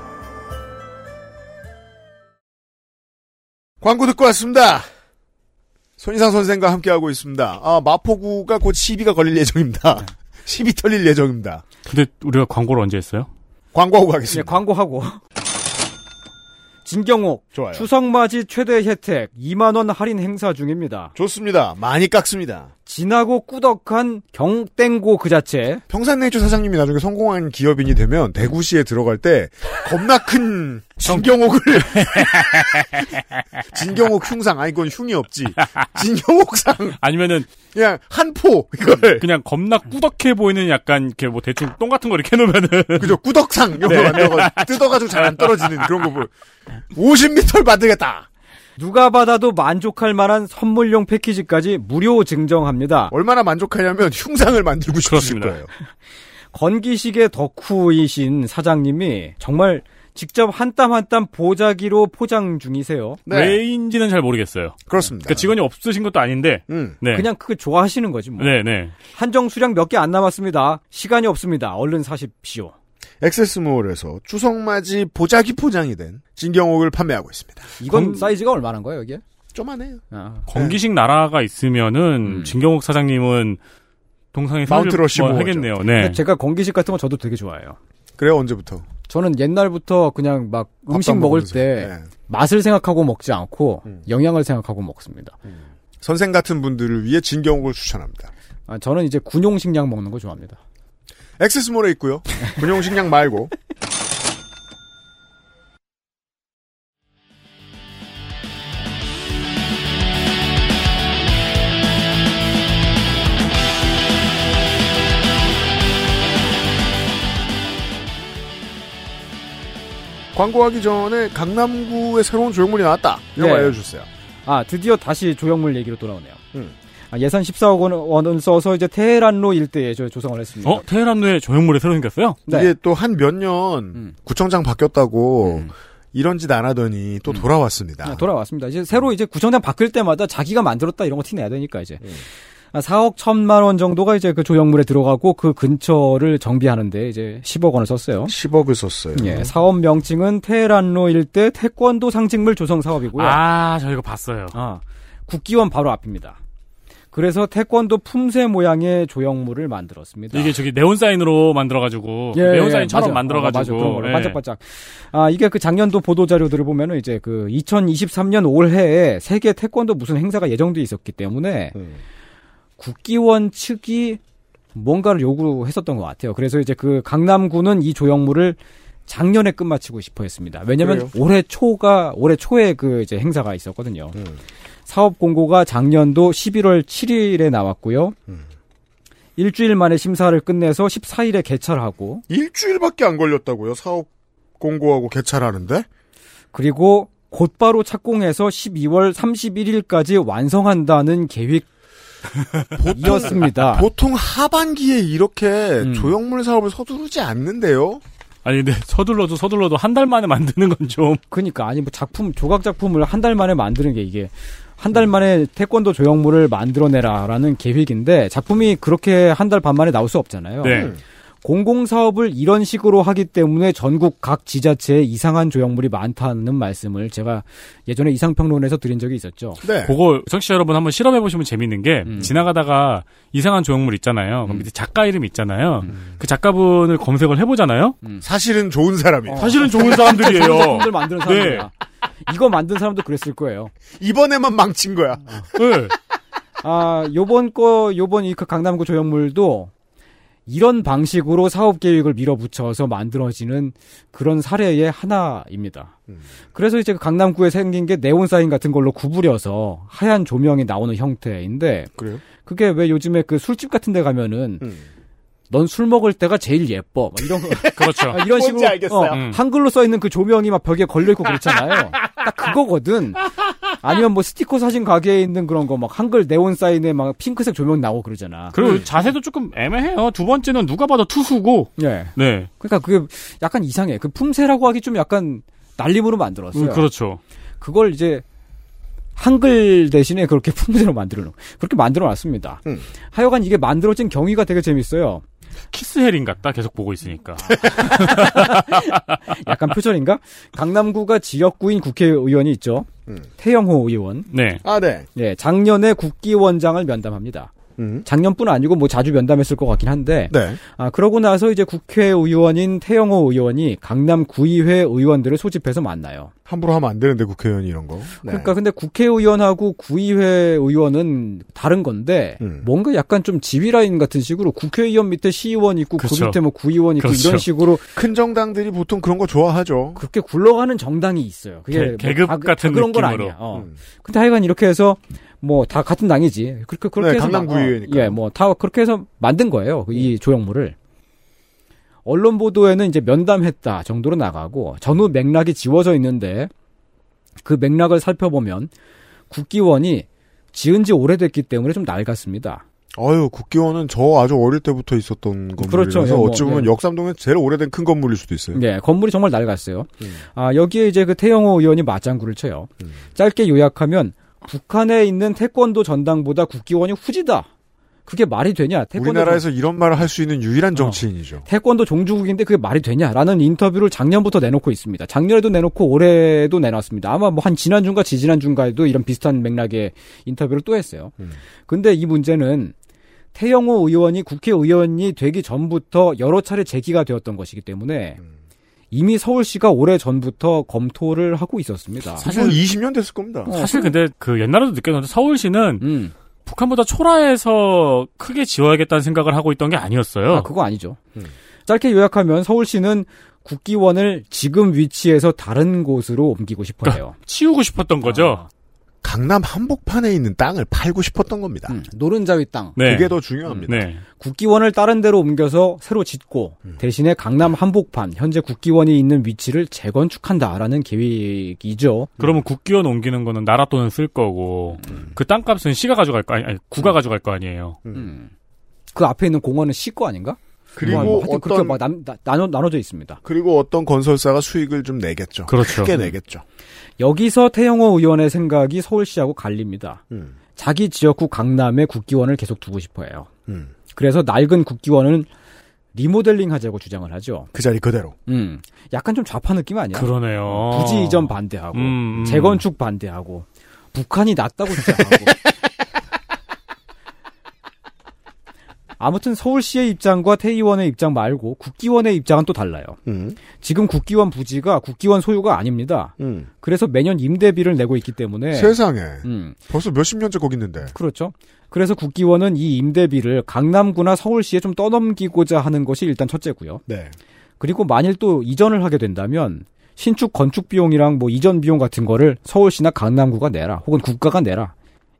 Speaker 2: 광고 듣고 왔습니다. 손희상 선생과 함께하고 있습니다. 아, 마포구가 곧 시비가 걸릴 예정입니다. (laughs) 시비 털릴 예정입니다.
Speaker 3: 근데 우리가 광고를 언제 했어요?
Speaker 2: 광고하고 가겠습니다.
Speaker 4: 예, 네, 광고하고. 진경옥. 추석 맞이 최대 혜택 2만원 할인 행사 중입니다.
Speaker 2: 좋습니다. 많이 깎습니다.
Speaker 4: 진하고 꾸덕한 경땡고 그 자체.
Speaker 2: 평산네이처 사장님이 나중에 성공한 기업인이 되면 대구시에 들어갈 때 겁나 큰 진경옥을 (laughs) 진경옥 흉상 아니 그건 흉이 없지 진경옥상
Speaker 3: 아니면은
Speaker 2: 그냥 한포 이걸
Speaker 3: 그냥 겁나 꾸덕해 보이는 약간 이렇게 뭐 대충 똥 같은 거 이렇게 해놓으면은
Speaker 4: (laughs)
Speaker 2: 그죠 꾸덕상 이런 거 만들어가지고 뜯어가지고 잘 안 떨어지는 그런 거 보. 50m를 만들겠다.
Speaker 4: 누가 받아도 만족할 만한 선물용 패키지까지 무료 증정합니다.
Speaker 2: 얼마나 만족하냐면 흉상을 만들고 싶으실 거예요.
Speaker 4: 건기식의 덕후이신 사장님이 정말 직접 한 땀 한 땀 보자기로 포장 중이세요.
Speaker 3: 왜인지는 잘 모르겠어요.
Speaker 2: 네, 그렇습니다.
Speaker 4: 아.
Speaker 3: 그러니까 직원이 없으신 것도 아닌데 네.
Speaker 4: 그냥 그거 좋아하시는 거지 뭐.
Speaker 3: 네네.
Speaker 4: 한정 수량 몇 개 안 남았습니다. 시간이 없습니다. 얼른 사십시오.
Speaker 2: 엑세스몰에서 추석맞이 보자기 포장이 된 진경옥을 판매하고 있습니다.
Speaker 4: 이건
Speaker 2: 건-
Speaker 4: 사이즈가 얼마나 거예요, 이게? 아.
Speaker 2: 좀만해요.
Speaker 3: 건기식 나라가 있으면은 진경옥 사장님은 동상에
Speaker 4: 마운트
Speaker 3: 서류
Speaker 4: 러시모어죠.
Speaker 3: 뭐 하겠네요. 네.
Speaker 4: 근데 제가 건기식 같은 거 저도 되게 좋아해요.
Speaker 2: 그래요, 언제부터?
Speaker 4: 저는 옛날부터 그냥 막
Speaker 2: 밥도 네.
Speaker 4: 음식
Speaker 2: 안
Speaker 4: 먹을
Speaker 3: 네.
Speaker 2: 먹으면서.
Speaker 3: 음.
Speaker 4: 때 맛을 생각하고 먹지 않고 영양을 생각하고 먹습니다.
Speaker 2: 선생 같은 분들을 위해 진경옥을 추천합니다.
Speaker 4: 아, 저는 이제 군용식량 먹는 거 좋아합니다.
Speaker 2: 엑세스몰에 있고요. 군용식량 말고. 광고하기 전에 강남구에 새로운 조형물이 나왔다. 이거 네. 알려주세요.
Speaker 4: 아 드디어 다시 조형물 얘기로 돌아오네요. 음. 아, 예산 14억 원은 써서 이제 테헤란로 일대에 조성을 했습니다.
Speaker 3: 어 테헤란로에 조형물이 새로 생겼어요?
Speaker 2: 네. 이게 또 한 몇년 음. 구청장 바뀌었다고. 음. 이런 짓 안 하더니 또 돌아왔습니다.
Speaker 4: 아, 돌아왔습니다. 이제 새로 이제 구청장 바뀔 때마다 자기가 만들었다 이런 거 티내야 되니까 이제
Speaker 3: 음.
Speaker 4: 아, 4억 1천만 원 정도가 이제 그 조형물에 들어가고 그 근처를 정비하는데 이제 10억 원을 썼어요.
Speaker 2: 10억을 썼어요.
Speaker 3: 음.
Speaker 4: 예, 사업 명칭은 테헤란로 일대 태권도 상징물 조성 사업이고요.
Speaker 3: 아, 저 이거 봤어요.
Speaker 4: 아, 국기원 바로 앞입니다. 그래서 태권도 품새 모양의 조형물을 만들었습니다.
Speaker 3: 이게 저기 네온 사인으로 만들어가지고 예, 네온 사인처럼 예, 만들어가지고
Speaker 4: 어, 맞아, 예. 반짝반짝. 아 이게 그 작년도 보도 자료들을 보면은 이제 그 2023년 올해에 세계 태권도 무슨 행사가 예정돼 있었기 때문에 음. 국기원 측이 뭔가를 요구했었던 것 같아요. 그래서 이제 그 강남구는 이 조형물을 작년에 끝마치고 싶어 했습니다. 왜냐면 하 올해 초가, 올해 초에 그 이제 행사가 있었거든요. 음. 사업 공고가 작년도 11월 7일에 나왔고요. 음. 일주일 만에 심사를 끝내서 14일에 개찰하고.
Speaker 2: 일주일밖에 안 걸렸다고요? 사업 공고하고 개찰하는데?
Speaker 4: 그리고 곧바로 착공해서 12월 31일까지 완성한다는 계획 이었습니다.
Speaker 2: 아, 보통 하반기에 이렇게 음. 조형물 사업을 서두르지 않는데요.
Speaker 3: 아니 근데 서둘러도 서둘러도 한 달 만에 만드는 건 좀.
Speaker 4: 그러니까 아니 뭐 작품 조각 작품을 한 달 만에 만드는 게 이게 한 달 만에 태권도 조형물을 만들어내라라는 계획인데 작품이 그렇게 한 달 반 만에 나올 수 없잖아요.
Speaker 3: 네.
Speaker 4: 공공 사업을 이런 식으로 하기 때문에 전국 각 지자체에 이상한 조형물이 많다는 말씀을 제가 예전에 이상평론에서 드린 적이 있었죠.
Speaker 3: 네. 그거 청취자 여러분 한번 실험해 보시면 재밌는 게 음. 지나가다가 이상한 조형물 있잖아요. 그럼 밑에 작가 이름 있잖아요. 음. 그 작가분을 검색을 해 보잖아요. 음.
Speaker 2: 사실은 좋은 사람이에요. 어.
Speaker 3: 사실은 좋은 (laughs) 사람들이에요.
Speaker 4: 사람들 만드는 사람이야. 네. 이거 만든 사람도 그랬을 거예요.
Speaker 2: 이번에만 망친 거야.
Speaker 3: 어. 네.
Speaker 4: 아, 요번 거 요번 이 그 강남구 조형물도 이런 방식으로 사업 계획을 밀어붙여서 만들어지는 그런 사례의 하나입니다. 음. 그래서 이제 강남구에 생긴 게 네온 사인 같은 걸로 구부려서 하얀 조명이 나오는 형태인데
Speaker 2: 그래요?
Speaker 4: 그게 왜 요즘에 그 술집 같은 데 가면은 음. 넌술 먹을 때가 제일 예뻐. 이런
Speaker 3: 그렇죠.
Speaker 4: 이런 식으로 어, 음. 아, 한글로 써 있는 그 조명이 막 벽에 걸려 있고 (laughs) 그렇잖아요. 딱 그거거든. 아니면 뭐 스티커 사진 가게에 있는 그런 거 막 한글 네온 사인에 막 핑크색 조명 나오고 그러잖아.
Speaker 3: 그리고 음. 자세도 조금 애매해요. 두 번째는 누가 봐도 투수고.
Speaker 4: 예.
Speaker 3: 네.
Speaker 4: 그러니까 그게 약간 이상해. 그 품새라고 하기 좀 약간 날림으로 만들었어요. 음,
Speaker 3: 그렇죠.
Speaker 4: 그걸 이제 한글 대신에 그렇게 (laughs) 품새로 만들어 놓 그렇게 만들어 놨습니다. 하여간 이게 만들어진 경위가 되게 재밌어요.
Speaker 3: 키스헬인 같다 계속 보고 (laughs) 있으니까
Speaker 4: 약간 표절인가? 강남구가 지역구인 국회의원이 있죠. 음. 태영호 의원.
Speaker 3: 네.
Speaker 2: 아 네.
Speaker 4: 네 작년에 국기원장을 면담합니다. 음. 작년뿐 아니고 뭐 자주 면담했을 것 같긴 한데.
Speaker 2: 네.
Speaker 4: 아 그러고 나서 이제 국회의원인 태영호 의원이 강남 구의회 의원들을 소집해서 만나요.
Speaker 2: 함부로 하면 안 되는데 국회의원 이런 거.
Speaker 4: 네. 그러니까 근데 국회의원하고 구의회 의원은 다른 건데 음. 뭔가 약간 좀 지휘 라인 같은 식으로 국회의원 밑에 시의원 있고 그쵸.
Speaker 3: 그렇죠.
Speaker 4: 그 밑에 뭐 구의원 있고 그렇죠. 이런 식으로
Speaker 2: 큰 정당들이 보통 그런 거 좋아하죠.
Speaker 4: 그렇게 굴러가는 정당이 있어요. 그게
Speaker 3: 개, 급 뭐 같은
Speaker 4: 그런
Speaker 3: 느낌으로.
Speaker 4: 건 아니야. 어. 음. 근데 하여간 이렇게 해서 뭐 다 같은 당이지. 그렇게 그렇게
Speaker 2: 네,
Speaker 4: 해서
Speaker 2: 강남구의회니까. 네.
Speaker 4: 어, 예, 뭐 다 그렇게 해서 만든 거예요. 그 이 조형물을. 언론 보도에는 이제 면담했다 정도로 나가고 전후 맥락이 지워져 있는데 그 맥락을 살펴보면 국기원이 지은 지 오래됐기 때문에 좀 낡았습니다.
Speaker 2: 아유 국기원은 저 아주 어릴 때부터 있었던 건물이라서 그렇죠. 예, 뭐, 어찌 보면 예. 음. 역삼동에 제일 오래된 큰 건물일 수도 있어요.
Speaker 4: 네, 건물이 정말 낡았어요.
Speaker 2: 네.
Speaker 4: 음. 아 여기에 이제 그 태영호 의원이 맞장구를 쳐요. 음. 짧게 요약하면 북한에 있는 태권도 전당보다 국기원이 후지다. 그게 말이 되냐?
Speaker 2: 우리나라에서 종... 이런 말을 할 수 있는 유일한 정치인이죠. 어,
Speaker 4: 태권도 종주국인데 그게 말이 되냐라는 인터뷰를 작년부터 내놓고 있습니다. 작년에도 내놓고 올해도 내놨습니다. 아마 뭐 한 지난주인가 지지난주인가에도 이런 비슷한 맥락의 인터뷰를 또 했어요. 음. 근데 이 문제는 태영호 의원이 국회의원이 되기 전부터 여러 차례 제기가 되었던 것이기 때문에 음. 이미 서울시가 오래 전부터 검토를 하고 있었습니다.
Speaker 2: 사실 20년 됐을 겁니다.
Speaker 3: 사실 근데 그 음. 옛날에도 느꼈는데 서울시는
Speaker 4: 음.
Speaker 3: 북한보다 초라해서 크게 지어야겠다는 생각을 하고 있던 게 아니었어요.
Speaker 4: 아, 그거 아니죠. 짧게 요약하면 서울시는 국기원을 지금 위치에서 다른 곳으로 옮기고 싶어요.
Speaker 3: 치우고 싶었던 거죠.
Speaker 2: 강남 한복판에 있는 땅을 팔고 싶었던 겁니다.
Speaker 4: 아, 음. 노른자위 땅.
Speaker 2: 네. 그게 더 중요합니다.
Speaker 4: 국기원을 다른 데로 옮겨서 새로 짓고
Speaker 2: 음.
Speaker 4: 대신에 강남 한복판 현재 국기원이 있는 위치를 재건축한다라는 계획이죠.
Speaker 3: 그러면 국기원 옮기는 거는 나라 돈은 쓸 거고 그 땅값은 시가 가져갈 거 아니, 아니 구가 가져갈 거 아니에요.
Speaker 4: 그 앞에 있는 공원은 시거 아닌가?
Speaker 2: 그리고
Speaker 4: 뭐 하여튼
Speaker 2: 어떤-
Speaker 4: 그렇게 막 남- 나- 나눠 나눠져 있습니다.
Speaker 2: 그리고 어떤 건설사가 수익을 좀 내겠죠. 음.
Speaker 4: 그렇죠.
Speaker 2: 크게 내겠죠.
Speaker 4: 여기서 태영호 의원의 생각이 서울시하고 갈립니다. 자기 지역구 강남에 국기원을 계속 두고 싶어해요.
Speaker 2: 음.
Speaker 4: 그래서 낡은 국기원은 리모델링 하자고 주장을 하죠.
Speaker 2: 그 자리 그대로.
Speaker 4: 음, 약간 좀 좌파 느낌 아니야?
Speaker 3: 그렇죠. 그러네요.
Speaker 4: 부지 이전 반대하고
Speaker 3: 어. 음, 음.
Speaker 4: 재건축 반대하고 북한이 낫다고
Speaker 3: (laughs)
Speaker 4: 주장하고. 아무튼 서울시의 입장과 태의원의 입장 말고 국기원의 입장은 또 달라요.
Speaker 2: 음.
Speaker 4: 지금 국기원 부지가 국기원 소유가 아닙니다. 그래서 매년 임대비를 내고 있기 때문에
Speaker 2: 음. 세상에.
Speaker 4: 네. 음.
Speaker 2: 벌써 몇십 년째 거기 있는데.
Speaker 4: 그렇죠. 그래서 국기원은 이 임대비를 강남구나 서울시에 좀 떠넘기고자 하는 것이 일단 첫째고요.
Speaker 2: 네.
Speaker 4: 그리고 만일 또 이전을 하게 된다면 신축 건축 비용이랑 뭐 이전 비용 같은 거를 서울시나 강남구가 내라 혹은 국가가 내라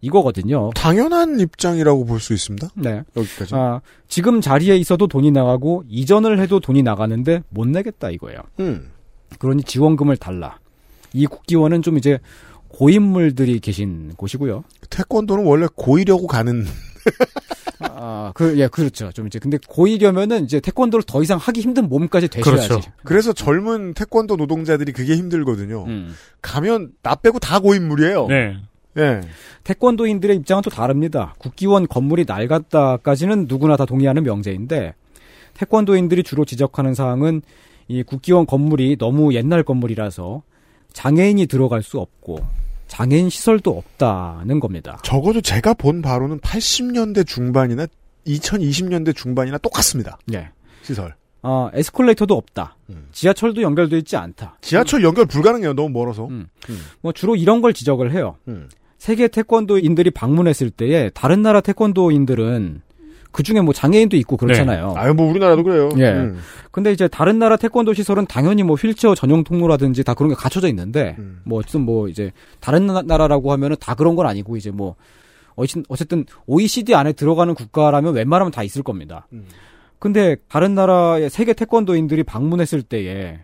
Speaker 4: 이거거든요.
Speaker 2: 당연한 입장이라고 볼 수 있습니다.
Speaker 4: 네.
Speaker 2: 여기까지.
Speaker 4: 아, 지금 자리에 있어도 돈이 나가고 이전을 해도 돈이 나가는데 못 내겠다 이거예요.
Speaker 2: 음.
Speaker 4: 그러니 지원금을 달라. 이 국기원은 좀 이제 고인물들이 계신 곳이고요.
Speaker 2: 태권도는 원래 고이려고 가는
Speaker 4: 아, 그, 예, 그렇죠. 좀 이제, 근데 고이려면은 이제 태권도를 더 이상 하기 힘든 몸까지 되셔야지.
Speaker 2: 그래서 젊은 태권도 노동자들이 그게 힘들거든요.
Speaker 4: 음.
Speaker 2: 가면 나 빼고 다 고인물이에요.
Speaker 4: 네.
Speaker 3: 네.
Speaker 2: 예.
Speaker 4: 태권도인들의 입장은 또 다릅니다. 국기원 건물이 낡았다까지는 누구나 다 동의하는 명제인데, 태권도인들이 주로 지적하는 사항은 이 국기원 건물이 너무 옛날 건물이라서 장애인이 들어갈 수 없고, 장애인 시설도 없다는 겁니다.
Speaker 2: 적어도 제가 본 바로는 80년대 중반이나 2020년대 중반이나 똑같습니다.
Speaker 4: 예.
Speaker 2: 시설.
Speaker 4: 아, 에스컬레이터도 없다. 지하철도 연결돼 있지 않다.
Speaker 2: 지하철 연결 불가능해요. 너무 멀어서.
Speaker 4: 뭐 주로 이런 걸 지적을 해요.
Speaker 2: 음.
Speaker 4: 세계 태권도인들이 방문했을 때에 다른 나라 태권도인들은 그 중에 뭐 장애인도 있고 그렇잖아요.
Speaker 2: 아유 뭐 우리나라도 그래요.
Speaker 4: 예.
Speaker 2: 음.
Speaker 4: 근데 이제 다른 나라 태권도 시설은 당연히 뭐 휠체어 전용 통로라든지 다 그런 게 갖춰져 있는데 뭐 어쨌든 뭐 이제 다른 나- 나라라고 하면은 다 그런 건 아니고 이제 뭐 어쨌든 어쨌든 OECD 안에 들어가는 국가라면 웬만하면 다 있을 겁니다. 근데 다른 나라의 세계 태권도인들이 방문했을 때에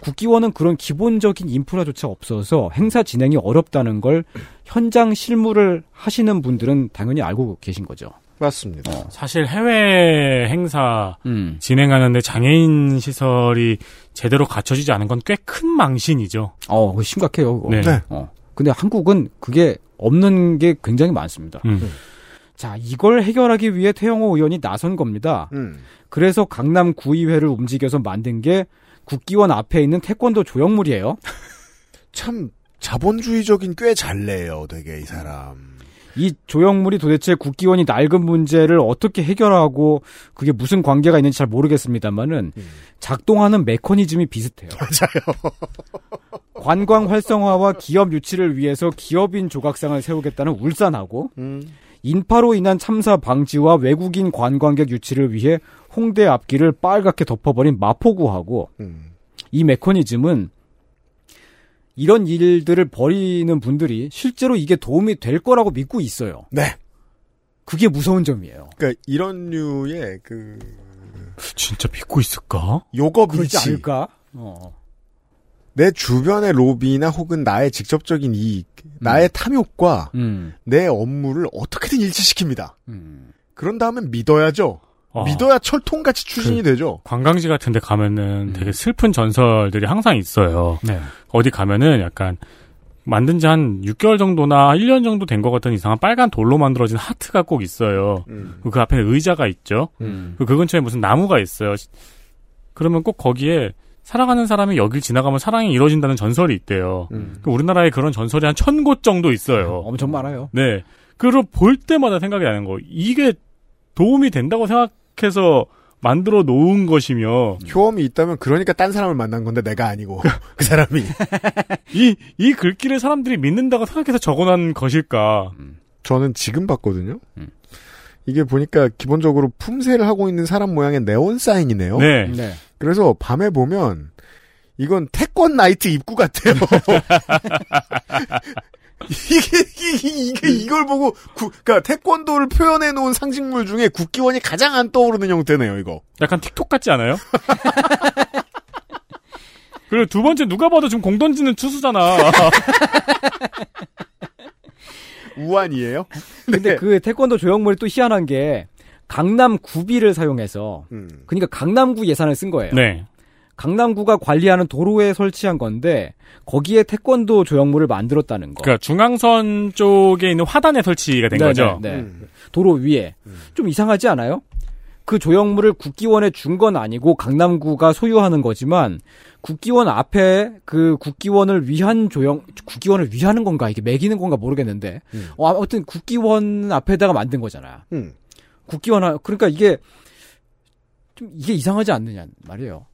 Speaker 4: 국기원은 그런 기본적인 인프라조차 없어서 행사 진행이 어렵다는 걸 현장 실무를 하시는 분들은 당연히 알고 계신 거죠.
Speaker 2: 맞습니다.
Speaker 3: 사실 해외 행사
Speaker 4: 음.
Speaker 3: 진행하는데 장애인 시설이 제대로 갖춰지지 않은 건 꽤 큰 망신이죠.
Speaker 4: 어, 그거 심각해요. 그거.
Speaker 3: 네. 네.
Speaker 4: (laughs) 어. 근데 한국은 그게 없는 게 굉장히 많습니다.
Speaker 3: 음.
Speaker 4: 자, 이걸 해결하기 위해 태영호 의원이 나선 겁니다. 그래서 강남 구의회를 움직여서 만든 게 국기원 앞에 있는 태권도 조형물이에요.
Speaker 2: 참 자본주의적인 꽤 잘 내요. 되게 이 사람.
Speaker 4: 이 조형물이 도대체 국기원이 낡은 문제를 어떻게 해결하고 그게 무슨 관계가 있는지 잘 모르겠습니다만은 작동하는 메커니즘이 비슷해요.
Speaker 2: 음. 맞아요.
Speaker 4: (laughs) 관광 활성화와 기업 유치를 위해서 기업인 조각상을 세우겠다는 울산하고
Speaker 2: 음.
Speaker 4: 인파로 인한 참사 방지와 외국인 관광객 유치를 위해 홍대 앞길을 빨갛게 덮어버린 마포구하고
Speaker 2: 음.
Speaker 4: 이 메커니즘은 이런 일들을 벌이는 분들이 실제로 이게 도움이 될 거라고 믿고 있어요.
Speaker 2: 네.
Speaker 4: 그게 무서운 점이에요.
Speaker 2: 그러니까 이런 류의 그
Speaker 3: 진짜 믿고 있을까?
Speaker 2: 요거
Speaker 4: 그러지
Speaker 2: 미치.
Speaker 4: 않을까? 어.
Speaker 2: 내 주변의 로비나 혹은 나의 직접적인 이익, 나의 탐욕과
Speaker 3: 음.
Speaker 2: 내 업무를 어떻게든 일치시킵니다. 그런 다음에 믿어야죠.
Speaker 3: 아.
Speaker 2: 믿어야 철통같이 추진이 되죠.
Speaker 3: 관광지 같은 데 가면은 되게 슬픈 전설들이 항상 있어요. 어디 가면은 약간 만든 지 한 6개월 정도나 1년 정도 된 것 같은 이상한 빨간 돌로 만들어진 하트가 꼭 있어요. 그 앞에 의자가 있죠. 그- 그 근처에 무슨 나무가 있어요. 시- 그러면 꼭 거기에 사랑하는 사람이 여길 지나가면 사랑이 이루어진다는 전설이 있대요. 그 우리나라에 그런 전설이 한 천 곳 정도 있어요.
Speaker 4: 엄청 많아요.
Speaker 3: 네. 그걸 볼 때마다 생각이 나는 거. 이게 도움이 된다고 생각해서 만들어 놓은 것이며
Speaker 2: 효험이 있다면 그러니까 딴 사람을 만난 건데 내가 아니고 (laughs) 그 사람이
Speaker 3: 이 이 글귀를 사람들이 믿는다고 생각해서 적어놓은 것일까?
Speaker 4: 음.
Speaker 2: 저는 지금 봤거든요. 이게 보니까 기본적으로 품새를 하고 있는 사람 모양의 네온 사인이네요.
Speaker 3: 네. 네.
Speaker 2: 그래서 밤에 보면 이건 태권 나이트 입구 같아요. (laughs) 이게, 이게, 이게 이걸 보고, 구, 그니까, 태권도를 표현해 놓은 상징물 중에 국기원이 가장 안 떠오르는 형태네요, 이거.
Speaker 3: 약간 틱톡 같지 않아요? (laughs) 그리고 두 번째, 누가 봐도 지금 공 던지는
Speaker 4: (laughs)
Speaker 3: 추수잖아.
Speaker 2: 우한이에요? 네.
Speaker 4: 근데 그 태권도 조형물이 또 희한한 게, 강남 구비를 사용해서,
Speaker 2: 음.
Speaker 4: 그러니까 강남구 예산을 쓴 거예요.
Speaker 3: 네.
Speaker 4: 강남구가 관리하는 도로에 설치한 건데 거기에 태권도 조형물을 만들었다는 거.
Speaker 3: 그러니까 중앙선 쪽에 있는 화단에 설치가 된
Speaker 4: 네네,
Speaker 3: 거죠.
Speaker 4: 네. 도로 위에 좀 이상하지 않아요? 그 조형물을 국기원에 준 건 아니고 강남구가 소유하는 거지만 국기원 앞에 그 국기원을 위한 조형 국기원을 위하는 건가 이게 매기는 건가 모르겠는데 어, 아무튼 국기원 앞에다가 만든 거잖아.
Speaker 2: 음.
Speaker 4: 국기원 하- 그러니까 이게 좀 이게 이상하지 않느냐 말이에요.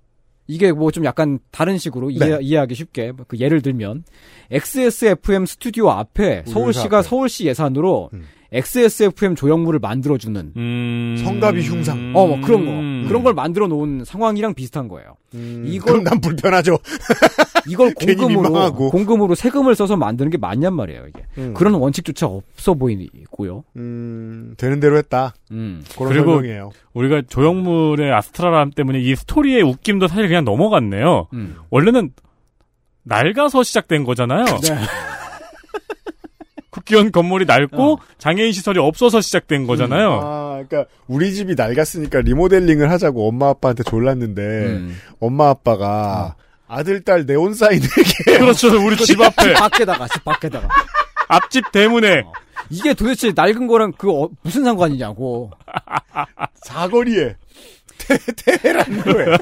Speaker 4: 이게 뭐 좀 약간 다른 식으로
Speaker 2: 네.
Speaker 4: 이해, 하기 쉽게 그 예를 들면 XSFM 스튜디오 앞에 서울시가
Speaker 2: 앞에. 음.
Speaker 4: 서울시 예산으로 XSFM 조형물을 만들어주는
Speaker 3: 음.
Speaker 2: 성가비 흉상.
Speaker 4: 네. 어, 뭐 그런 거 그런 걸 만들어 놓은 상황이랑 비슷한 거예요.
Speaker 2: 이걸 음. 난 불편하죠.
Speaker 4: 이걸
Speaker 2: (laughs) 괜히 민망하고.
Speaker 4: 공금으로 공금으로 세금을 써서 만드는 게 맞냔 말이에요. 이게 그런 원칙조차 없어 보이고요.
Speaker 2: 음, 되는 대로 했다.
Speaker 4: 음.
Speaker 2: 그런
Speaker 3: 그리고
Speaker 2: 설명이에요.
Speaker 3: 우리가 조형물의 아스트라람 때문에 이 스토리의 웃김도 사실 그냥 넘어갔네요.
Speaker 4: 음.
Speaker 3: 원래는 낡아서 시작된 거잖아요. (laughs) 국기원 건물이 낡고 장애인 시설이 없어서 시작된 거잖아요.
Speaker 2: 아, 그러니까 우리 집이 낡았으니까 리모델링을 하자고 엄마 아빠한테 졸랐는데
Speaker 4: 음.
Speaker 2: 엄마 아빠가
Speaker 4: 어.
Speaker 2: 아들 딸 네온 사인을 이렇게
Speaker 3: 그렇죠. 우리 집
Speaker 4: (laughs)
Speaker 3: 앞에.
Speaker 4: 밖에다가 집 밖에다가
Speaker 3: 앞집 대문에
Speaker 4: 이게 도대체 낡은 거랑 그 어- 무슨 상관이냐고.
Speaker 2: (laughs) 사거리에 테헤란로에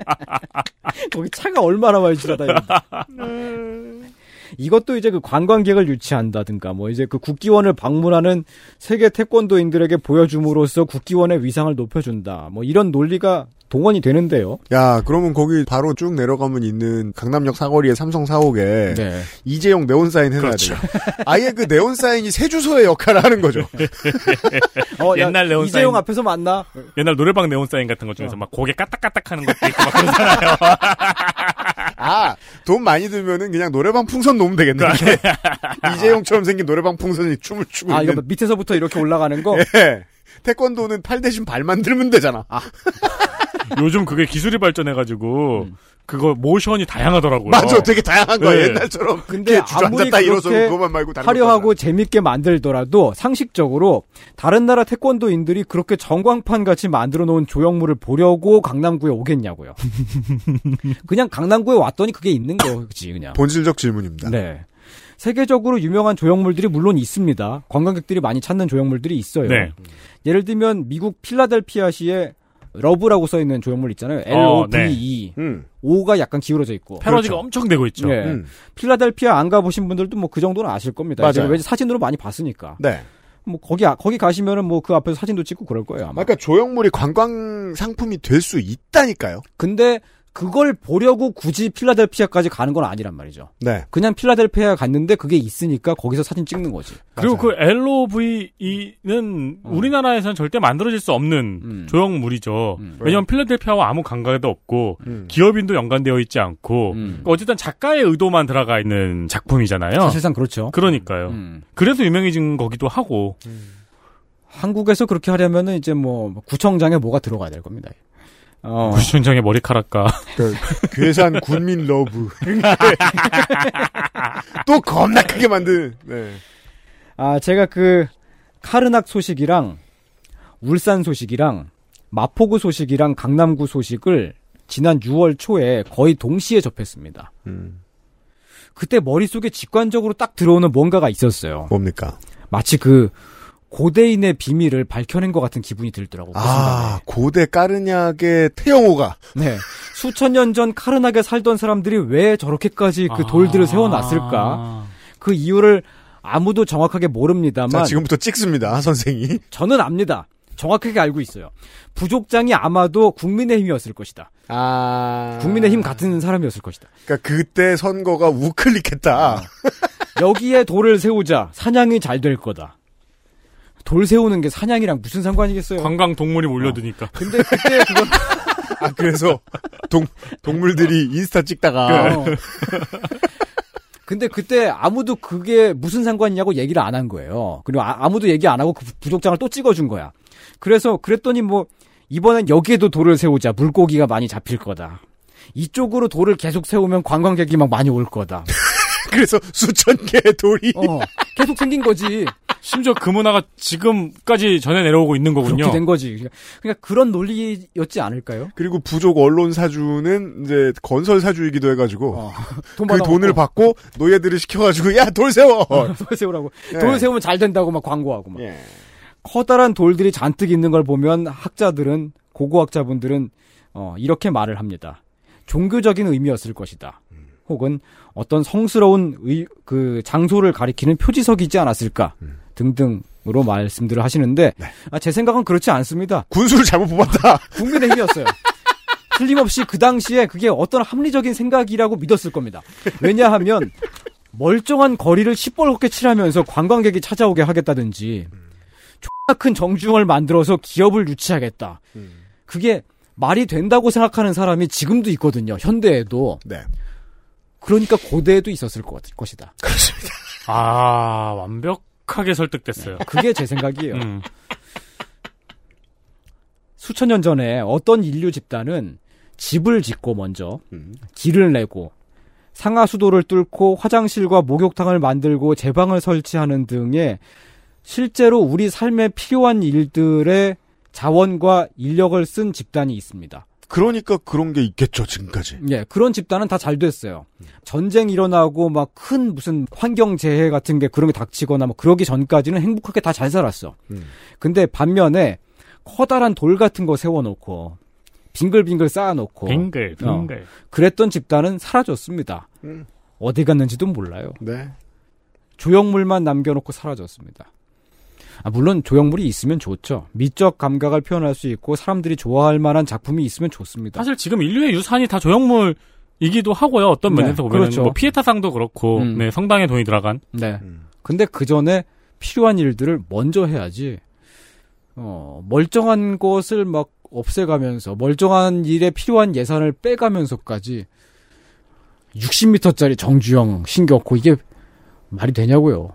Speaker 4: (laughs) 거기 차가 얼마나 많이 지나다 이런데. 이것도 이제 그 관광객을 유치한다든가 뭐 이제 그 국기원을 방문하는 세계 태권도인들에게 보여줌으로써 국기원의 위상을 높여준다 뭐 이런 논리가 동원이 되는데요.
Speaker 2: 야, 그러면 거기 바로 쭉 내려가면 있는 강남역 사거리에 삼성 사옥에
Speaker 4: 네.
Speaker 2: 이재용 네온 사인 해놔야
Speaker 4: 그렇죠.
Speaker 2: 돼요. 아예 그 네온 사인이 세 주소의 역할을 하는
Speaker 4: (laughs)
Speaker 2: 거죠.
Speaker 4: 어, 야,
Speaker 3: 옛날 네온
Speaker 4: 이재용
Speaker 3: 사인.
Speaker 4: 앞에서 만나.
Speaker 3: 옛날 노래방 네온 사인 같은 것 중에서 막 고개 까딱까딱 하는 것도 있고 막 그러잖아요.
Speaker 2: 아, 돈 많이 들면은 그냥 노래방 풍선 놓으면 되겠네. 이게. (laughs) 이재용처럼 생긴 노래방 풍선이 춤을 추고
Speaker 4: 그러니까. 아 이거
Speaker 2: 있는.
Speaker 4: 밑에서부터 이렇게 올라가는 거.
Speaker 2: 예. 태권도는 팔 대신 발만 들면 되잖아.
Speaker 3: 요즘 그게 기술이 발전해가지고 그거 모션이 다양하더라고요.
Speaker 2: 맞아, 되게 다양한 거야.
Speaker 3: 네.
Speaker 2: 옛날처럼.
Speaker 4: 근데
Speaker 2: 이렇게
Speaker 4: 아무리
Speaker 2: 주저앉았다 일어서
Speaker 4: 그렇게
Speaker 2: 그것만 말고 다른
Speaker 4: 화려하고 재밌게 만들더라도 상식적으로 다른 나라 태권도인들이 그렇게 전광판 같이 만들어 놓은 조형물을 보려고 강남구에 오겠냐고요. (laughs) 그냥 강남구에 왔더니 그게 있는 거지 그냥.
Speaker 2: 본질적 질문입니다.
Speaker 4: 네. 세계적으로 유명한 조형물들이 물론 있습니다. 관광객들이 많이 찾는 조형물들이 있어요.
Speaker 3: 네.
Speaker 4: 예를 들면 미국 필라델피아시에 러브라고 써 있는 조형물 있잖아요. L
Speaker 3: 어,
Speaker 4: O
Speaker 3: 네.
Speaker 4: V E.
Speaker 2: 음.
Speaker 4: O가 약간 기울어져 있고.
Speaker 3: 패러디가 엄청 되고 있죠.
Speaker 4: 네.
Speaker 3: 음.
Speaker 4: 필라델피아 안 가보신 분들도 뭐 그 정도는 아실 겁니다.
Speaker 2: 맞아요.
Speaker 4: 제가 왠지 사진으로 많이 봤으니까.
Speaker 2: 네.
Speaker 4: 뭐 거기 아- 거기 가시면은 뭐 그 앞에서 사진도 찍고 그럴 거예요. 아마.
Speaker 2: 그러니까 조형물이 관광 상품이 될 수 있다니까요.
Speaker 4: 근데 그걸 보려고 굳이 필라델피아까지 가는 건 아니란 말이죠.
Speaker 2: 네.
Speaker 4: 그냥 필라델피아 갔는데 그게 있으니까 거기서 사진 찍는 거지.
Speaker 3: 그리고 그 LOVE는 우리나라에서는 절대 만들어질 수 없는 조형물이죠. 왜냐하면 필라델피아와 아무 관계도 없고
Speaker 2: 음.
Speaker 3: 기업인도 연관되어 있지 않고
Speaker 4: 음.
Speaker 3: 그러니까 어쨌든 작가의 의도만 들어가 있는 작품이잖아요.
Speaker 4: 사실상 그렇죠.
Speaker 3: 그러니까요. 그래서 유명해진 거기도 하고
Speaker 4: 한국에서 그렇게 하려면은 이제 뭐 구청장에 뭐가 들어가야 될 겁니다. 어.
Speaker 3: 구시청장의 머리카락과 (laughs)
Speaker 2: 괴산 군민 러브. (laughs) 또 겁나 크게 만든. 네.
Speaker 4: 아, 제가 그 카르낙 소식이랑 울산 소식이랑 마포구 소식이랑 강남구 소식을 지난 6월 초에 거의 동시에 접했습니다.
Speaker 2: 음.
Speaker 4: 그때 머릿속에 직관적으로 딱 들어오는 뭔가가 있었어요.
Speaker 2: 뭡니까?
Speaker 4: 마치 그 고대인의 비밀을 밝혀낸 것 같은 기분이 들더라고요. 그 순간에.
Speaker 2: 아, 고대 까르냐의 태영호가.
Speaker 4: 네. 수천 년 전 카르낙에 살던 사람들이 왜 저렇게까지 그
Speaker 2: 아.
Speaker 4: 돌들을 세워놨을까?
Speaker 3: 아.
Speaker 4: 그 이유를 아무도 정확하게 모릅니다만.
Speaker 2: 그렇죠. 자, 지금부터 찍습니다, 선생이.
Speaker 4: 저는 압니다. 정확하게 알고 있어요. 부족장이 아마도 국민의힘이었을 것이다.
Speaker 2: 아.
Speaker 4: 국민의힘 같은 사람이었을 것이다.
Speaker 2: 그러니까 그때 선거가 우클릭했다.
Speaker 4: 여기에 돌을 세우자 사냥이 잘 될 거다. 돌 세우는 게 사냥이랑 무슨 상관이겠어요?
Speaker 3: 관광 동물이 몰려드니까. 어.
Speaker 4: 근데 그때 그건
Speaker 2: 아 그래서 동 동물들이 인스타 찍다가
Speaker 4: 어. 근데 그때 아무도 그게 무슨 상관이냐고 얘기를 안 한 거예요. 그리고 아, 무도 얘기 안 하고 그 부족장을 또 찍어준 거야. 그래서 그랬더니 뭐 이번엔 여기에도 돌을 세우자 물고기가 많이 잡힐 거다. 이쪽으로 돌을 계속 세우면 관광객이 막 많이 올 거다.
Speaker 2: 그래서 수천 개의 돌이
Speaker 4: 어, 계속 생긴 거지.
Speaker 3: 심지어 그 문화가 지금까지 전해 내려오고 있는 거군요.
Speaker 4: 그렇게 된 거지. 그러니까 그런 논리였지 않을까요?
Speaker 2: 그리고 부족 언론 사주는 이제 건설 사주이기도 해가지고 어, 돈 그 돈을 받고 어. 노예들을 시켜가지고 야 돌 세워.
Speaker 4: 돌 세우라고. 예. 돌 세우면 잘 된다고 막 광고하고 막. 예. 커다란 돌들이 잔뜩 있는 걸 보면 학자들은 고고학자분들은 어, 이렇게 말을 합니다. 종교적인 의미였을 것이다. 혹은 어떤 성스러운 의, 그 장소를 가리키는 표지석이지 않았을까 음. 등등으로 말씀들을 하시는데 네. 아, 제 생각은 그렇지 않습니다.
Speaker 2: 군수를 잘못 뽑았다.
Speaker 4: 국민의힘이었어요. 틀림없이 그 당시에 그게 어떤 합리적인 생각이라고 믿었을 겁니다. 왜냐하면 멀쩡한 거리를 시뻘겋게 칠하면서 관광객이 찾아오게 하겠다든지 존나 음. 큰 정중을 만들어서 기업을 유치하겠다. 음. 그게 말이 된다고 생각하는 사람이 지금도 있거든요. 현대에도. 네. 그러니까 고대에도 있었을 것, 것이다.
Speaker 2: 그렇습니다.
Speaker 3: 아, 완벽하게 설득됐어요.
Speaker 4: 그게 제
Speaker 3: 네.
Speaker 4: 생각이에요. 음. 수천 년 전에 어떤 인류 집단은 집을 짓고 먼저 음. 길을 내고 상하수도를 뚫고 화장실과 목욕탕을 만들고 제방을 설치하는 등의 실제로 우리 삶에 필요한 일들의 자원과 인력을 쓴 집단이 있습니다.
Speaker 2: 그러니까 그런 게 있겠죠 지금까지.
Speaker 4: 예, 그런 집단은 다 잘 됐어요. 전쟁 일어나고 막 큰 무슨 환경 재해 같은 게 그런 게 닥치거나 뭐 그러기 전까지는 행복하게 다 잘 살았어. 음. 근데 반면에 커다란 돌 같은 거 세워놓고 빙글빙글 쌓아놓고
Speaker 3: 빙글 빙글 뭐. 어,
Speaker 4: 그랬던 집단은 사라졌습니다. 음. 어디 갔는지도 몰라요.
Speaker 2: 네.
Speaker 4: 조형물만 남겨놓고 사라졌습니다. 아, 물론 조형물이 있으면 좋죠. 미적 감각을 표현할 수 있고 사람들이 좋아할 만한 작품이 있으면 좋습니다.
Speaker 3: 사실 지금 인류의 유산이 다 조형물이기도 하고요. 어떤 네, 면에서 보면 그렇죠. 뭐 피에타상도 그렇고 음. 네, 성당에 돈이 들어간.
Speaker 4: 네. 음. 근데 그 전에 필요한 일들을 먼저 해야지. 어, 멀쩡한 것을 막 없애가면서 멀쩡한 일에 필요한 예산을 빼가면서까지 60m짜리 정주영 신격고 이게 말이 되냐고요.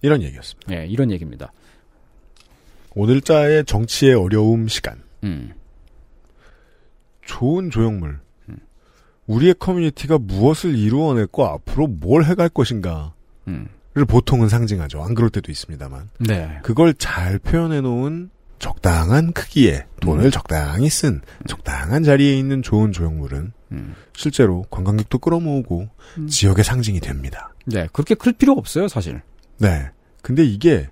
Speaker 2: 이런 얘기였습니다.
Speaker 4: 네, 이런 얘기입니다.
Speaker 2: 오늘자의 정치의 어려움 시간. 음. 좋은 조형물. 음. 우리의 커뮤니티가 무엇을 이루어냈고 앞으로 뭘 해갈 것인가를 음. 보통은 상징하죠. 안 그럴 때도 있습니다만.
Speaker 4: 네.
Speaker 2: 그걸 잘 표현해 놓은 적당한 크기에 돈을 적당히 쓴 적당한 자리에 있는 좋은 조형물은 실제로 관광객도 끌어모으고 지역의 상징이 됩니다.
Speaker 4: 네, 그렇게 클 필요 없어요, 사실.
Speaker 2: 네. 근데 이게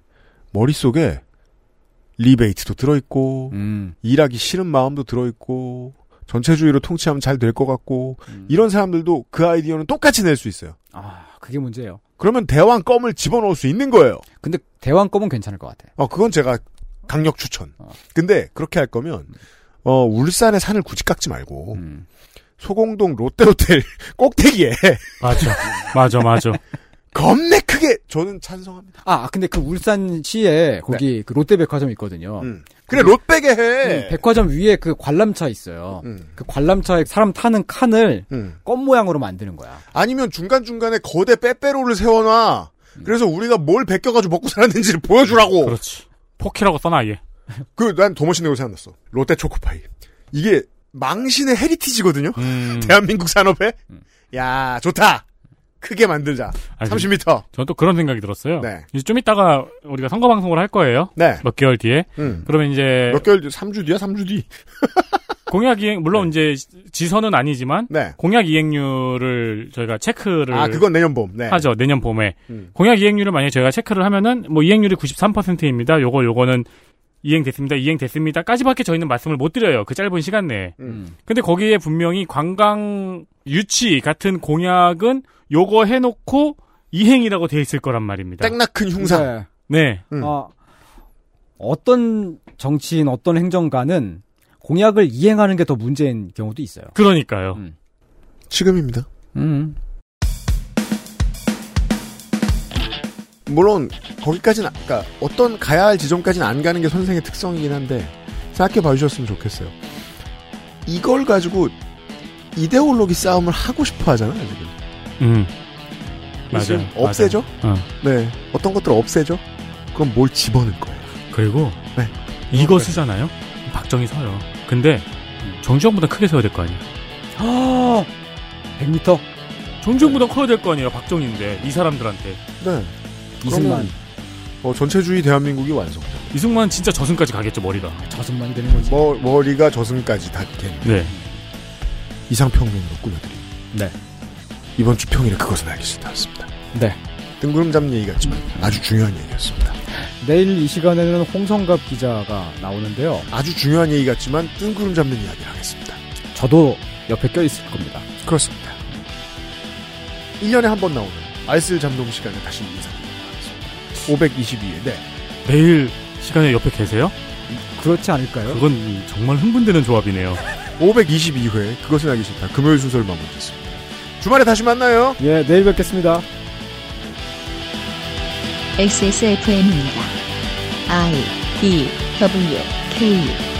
Speaker 2: 머릿속에 리베이트도 들어있고, 음. 일하기 싫은 마음도 들어있고, 전체주의로 통치하면 잘 될 것 같고, 음. 이런 사람들도 그 아이디어는 똑같이 낼 수 있어요.
Speaker 4: 아, 그게 문제예요.
Speaker 2: 그러면 대왕 껌을 집어넣을 수 있는 거예요.
Speaker 4: 근데 대왕 껌은 괜찮을 것 같아.
Speaker 2: 어, 그건 제가 강력 추천. 어. 근데 그렇게 할 거면, 어, 울산의 산을 굳이 깎지 말고, 음. 소공동 롯데호텔 (laughs) 꼭대기에.
Speaker 3: 맞아. (laughs) 맞아, 맞아.
Speaker 2: 겁내 크게 저는 찬성합니다.
Speaker 4: 아 근데 그 울산시에 거기 네. 그 롯데백화점 있거든요.
Speaker 2: 음. 그래 롯백에 해.
Speaker 4: 음, 백화점 위에 그 관람차 있어요. 음. 그 관람차에 사람 타는 칸을 껌 모양으로 만드는 거야.
Speaker 2: 아니면 중간 중간에 거대 빼빼로를 세워놔. 그래서 우리가 뭘 베껴가지고 먹고 살았는지를 보여주라고.
Speaker 3: 그렇지. 포키라고 써놔 얘.
Speaker 2: 그난 도머신으로 생각났어. 롯데 초코파이. 이게 망신의 헤리티지거든요.
Speaker 3: 음.
Speaker 2: 대한민국 산업에. 야 좋다. 크게 만들자. 아니, 30m.
Speaker 3: 저는 또 그런 생각이 들었어요. 네. 이제 좀 이따가 우리가 선거 방송을 할 거예요.
Speaker 2: 네.
Speaker 3: 몇 개월 뒤에. 음. 그러면 이제
Speaker 2: 몇 개월 뒤 3주 뒤야, 3주 뒤.
Speaker 3: 공약 이행 물론 네. 이제 지선은 아니지만
Speaker 2: 네.
Speaker 3: 공약 이행률을 저희가 체크를
Speaker 2: 아, 그건 내년 봄. 네.
Speaker 3: 하죠. 내년 봄에. 음. 공약 이행률을 만약에 저희가 체크를 하면은 뭐 이행률이 93%입니다. 요거 요거는 이행됐습니다. 이행됐습니다.까지밖에 저희는 말씀을 못 드려요. 그 짧은 시간 내에. 음. 근데 거기에 분명히 관광 유치 같은 공약은 요거 해놓고 이행이라고 돼 있을 거란 말입니다.
Speaker 2: 땡나큰 흉사.
Speaker 3: 네.
Speaker 4: 음. 아, 네. 어, 어떤 정치인, 어떤 행정가는 공약을 이행하는 게 더 문제인 경우도 있어요.
Speaker 3: 그러니까요. 음.
Speaker 2: 지금입니다. 음. 물론 거기까지는 그러니까 어떤 가야 할 지점까지는 안 가는 게 선생의 특성이긴 한데 생각해 봐주셨으면 좋겠어요. 이걸 가지고 이데올로기 싸움을 하고 싶어 하잖아요 지금.
Speaker 3: 음.
Speaker 2: 맞아요. 없애죠. 맞아요. 어. 네. 어떤 것들을 없애죠. 그럼 뭘 집어넣을 거예요.
Speaker 3: 그리고 네. 이거 쓰잖아요. 박정희 서요. 근데 정주영보다 크게 서야 될 거 아니에요.
Speaker 4: 아, 100m.
Speaker 3: 정주영보다 네. 커야 될 거 아니에요. 박정희인데 이 사람들한테.
Speaker 2: 네.
Speaker 4: 이승만.
Speaker 2: 어, 전체주의 대한민국이 완성.
Speaker 3: 이승만 진짜 저승까지 가겠죠 머리가.
Speaker 4: 저승만이 되는 거지.
Speaker 2: 머, 머리가 저승까지 닿겠네.
Speaker 3: 네.
Speaker 2: 이상평민으로 꾸며드리.
Speaker 4: 네.
Speaker 2: 이번 주 평일에 그것은 알기 싫다였습니다.
Speaker 4: 네.
Speaker 2: 뜬구름 잡는 얘기 같지만 아주 중요한 얘기였습니다.
Speaker 4: 내일 이 시간에는 홍성갑 기자가 나오는데요.
Speaker 2: 아주 중요한 얘기 같지만 뜬구름 잡는 이야기를 하겠습니다.
Speaker 4: 저도 옆에 껴있을 겁니다.
Speaker 2: 그렇습니다. 1년에 한 번 나오는 알쓸 잠동 시간에 다시 인사드리겠습니다. 522회. 네.
Speaker 3: 내일 시간에 옆에 계세요?
Speaker 4: 그렇지 않을까요?
Speaker 3: 그건 정말 흥분되는 조합이네요.
Speaker 2: 522회. 그것은 알기 싫다. 금요일 순서를 마무리했습니다. 주말에 다시 만나요.
Speaker 4: 예, 내일 뵙겠습니다.
Speaker 13: XSFM입니다. I D W K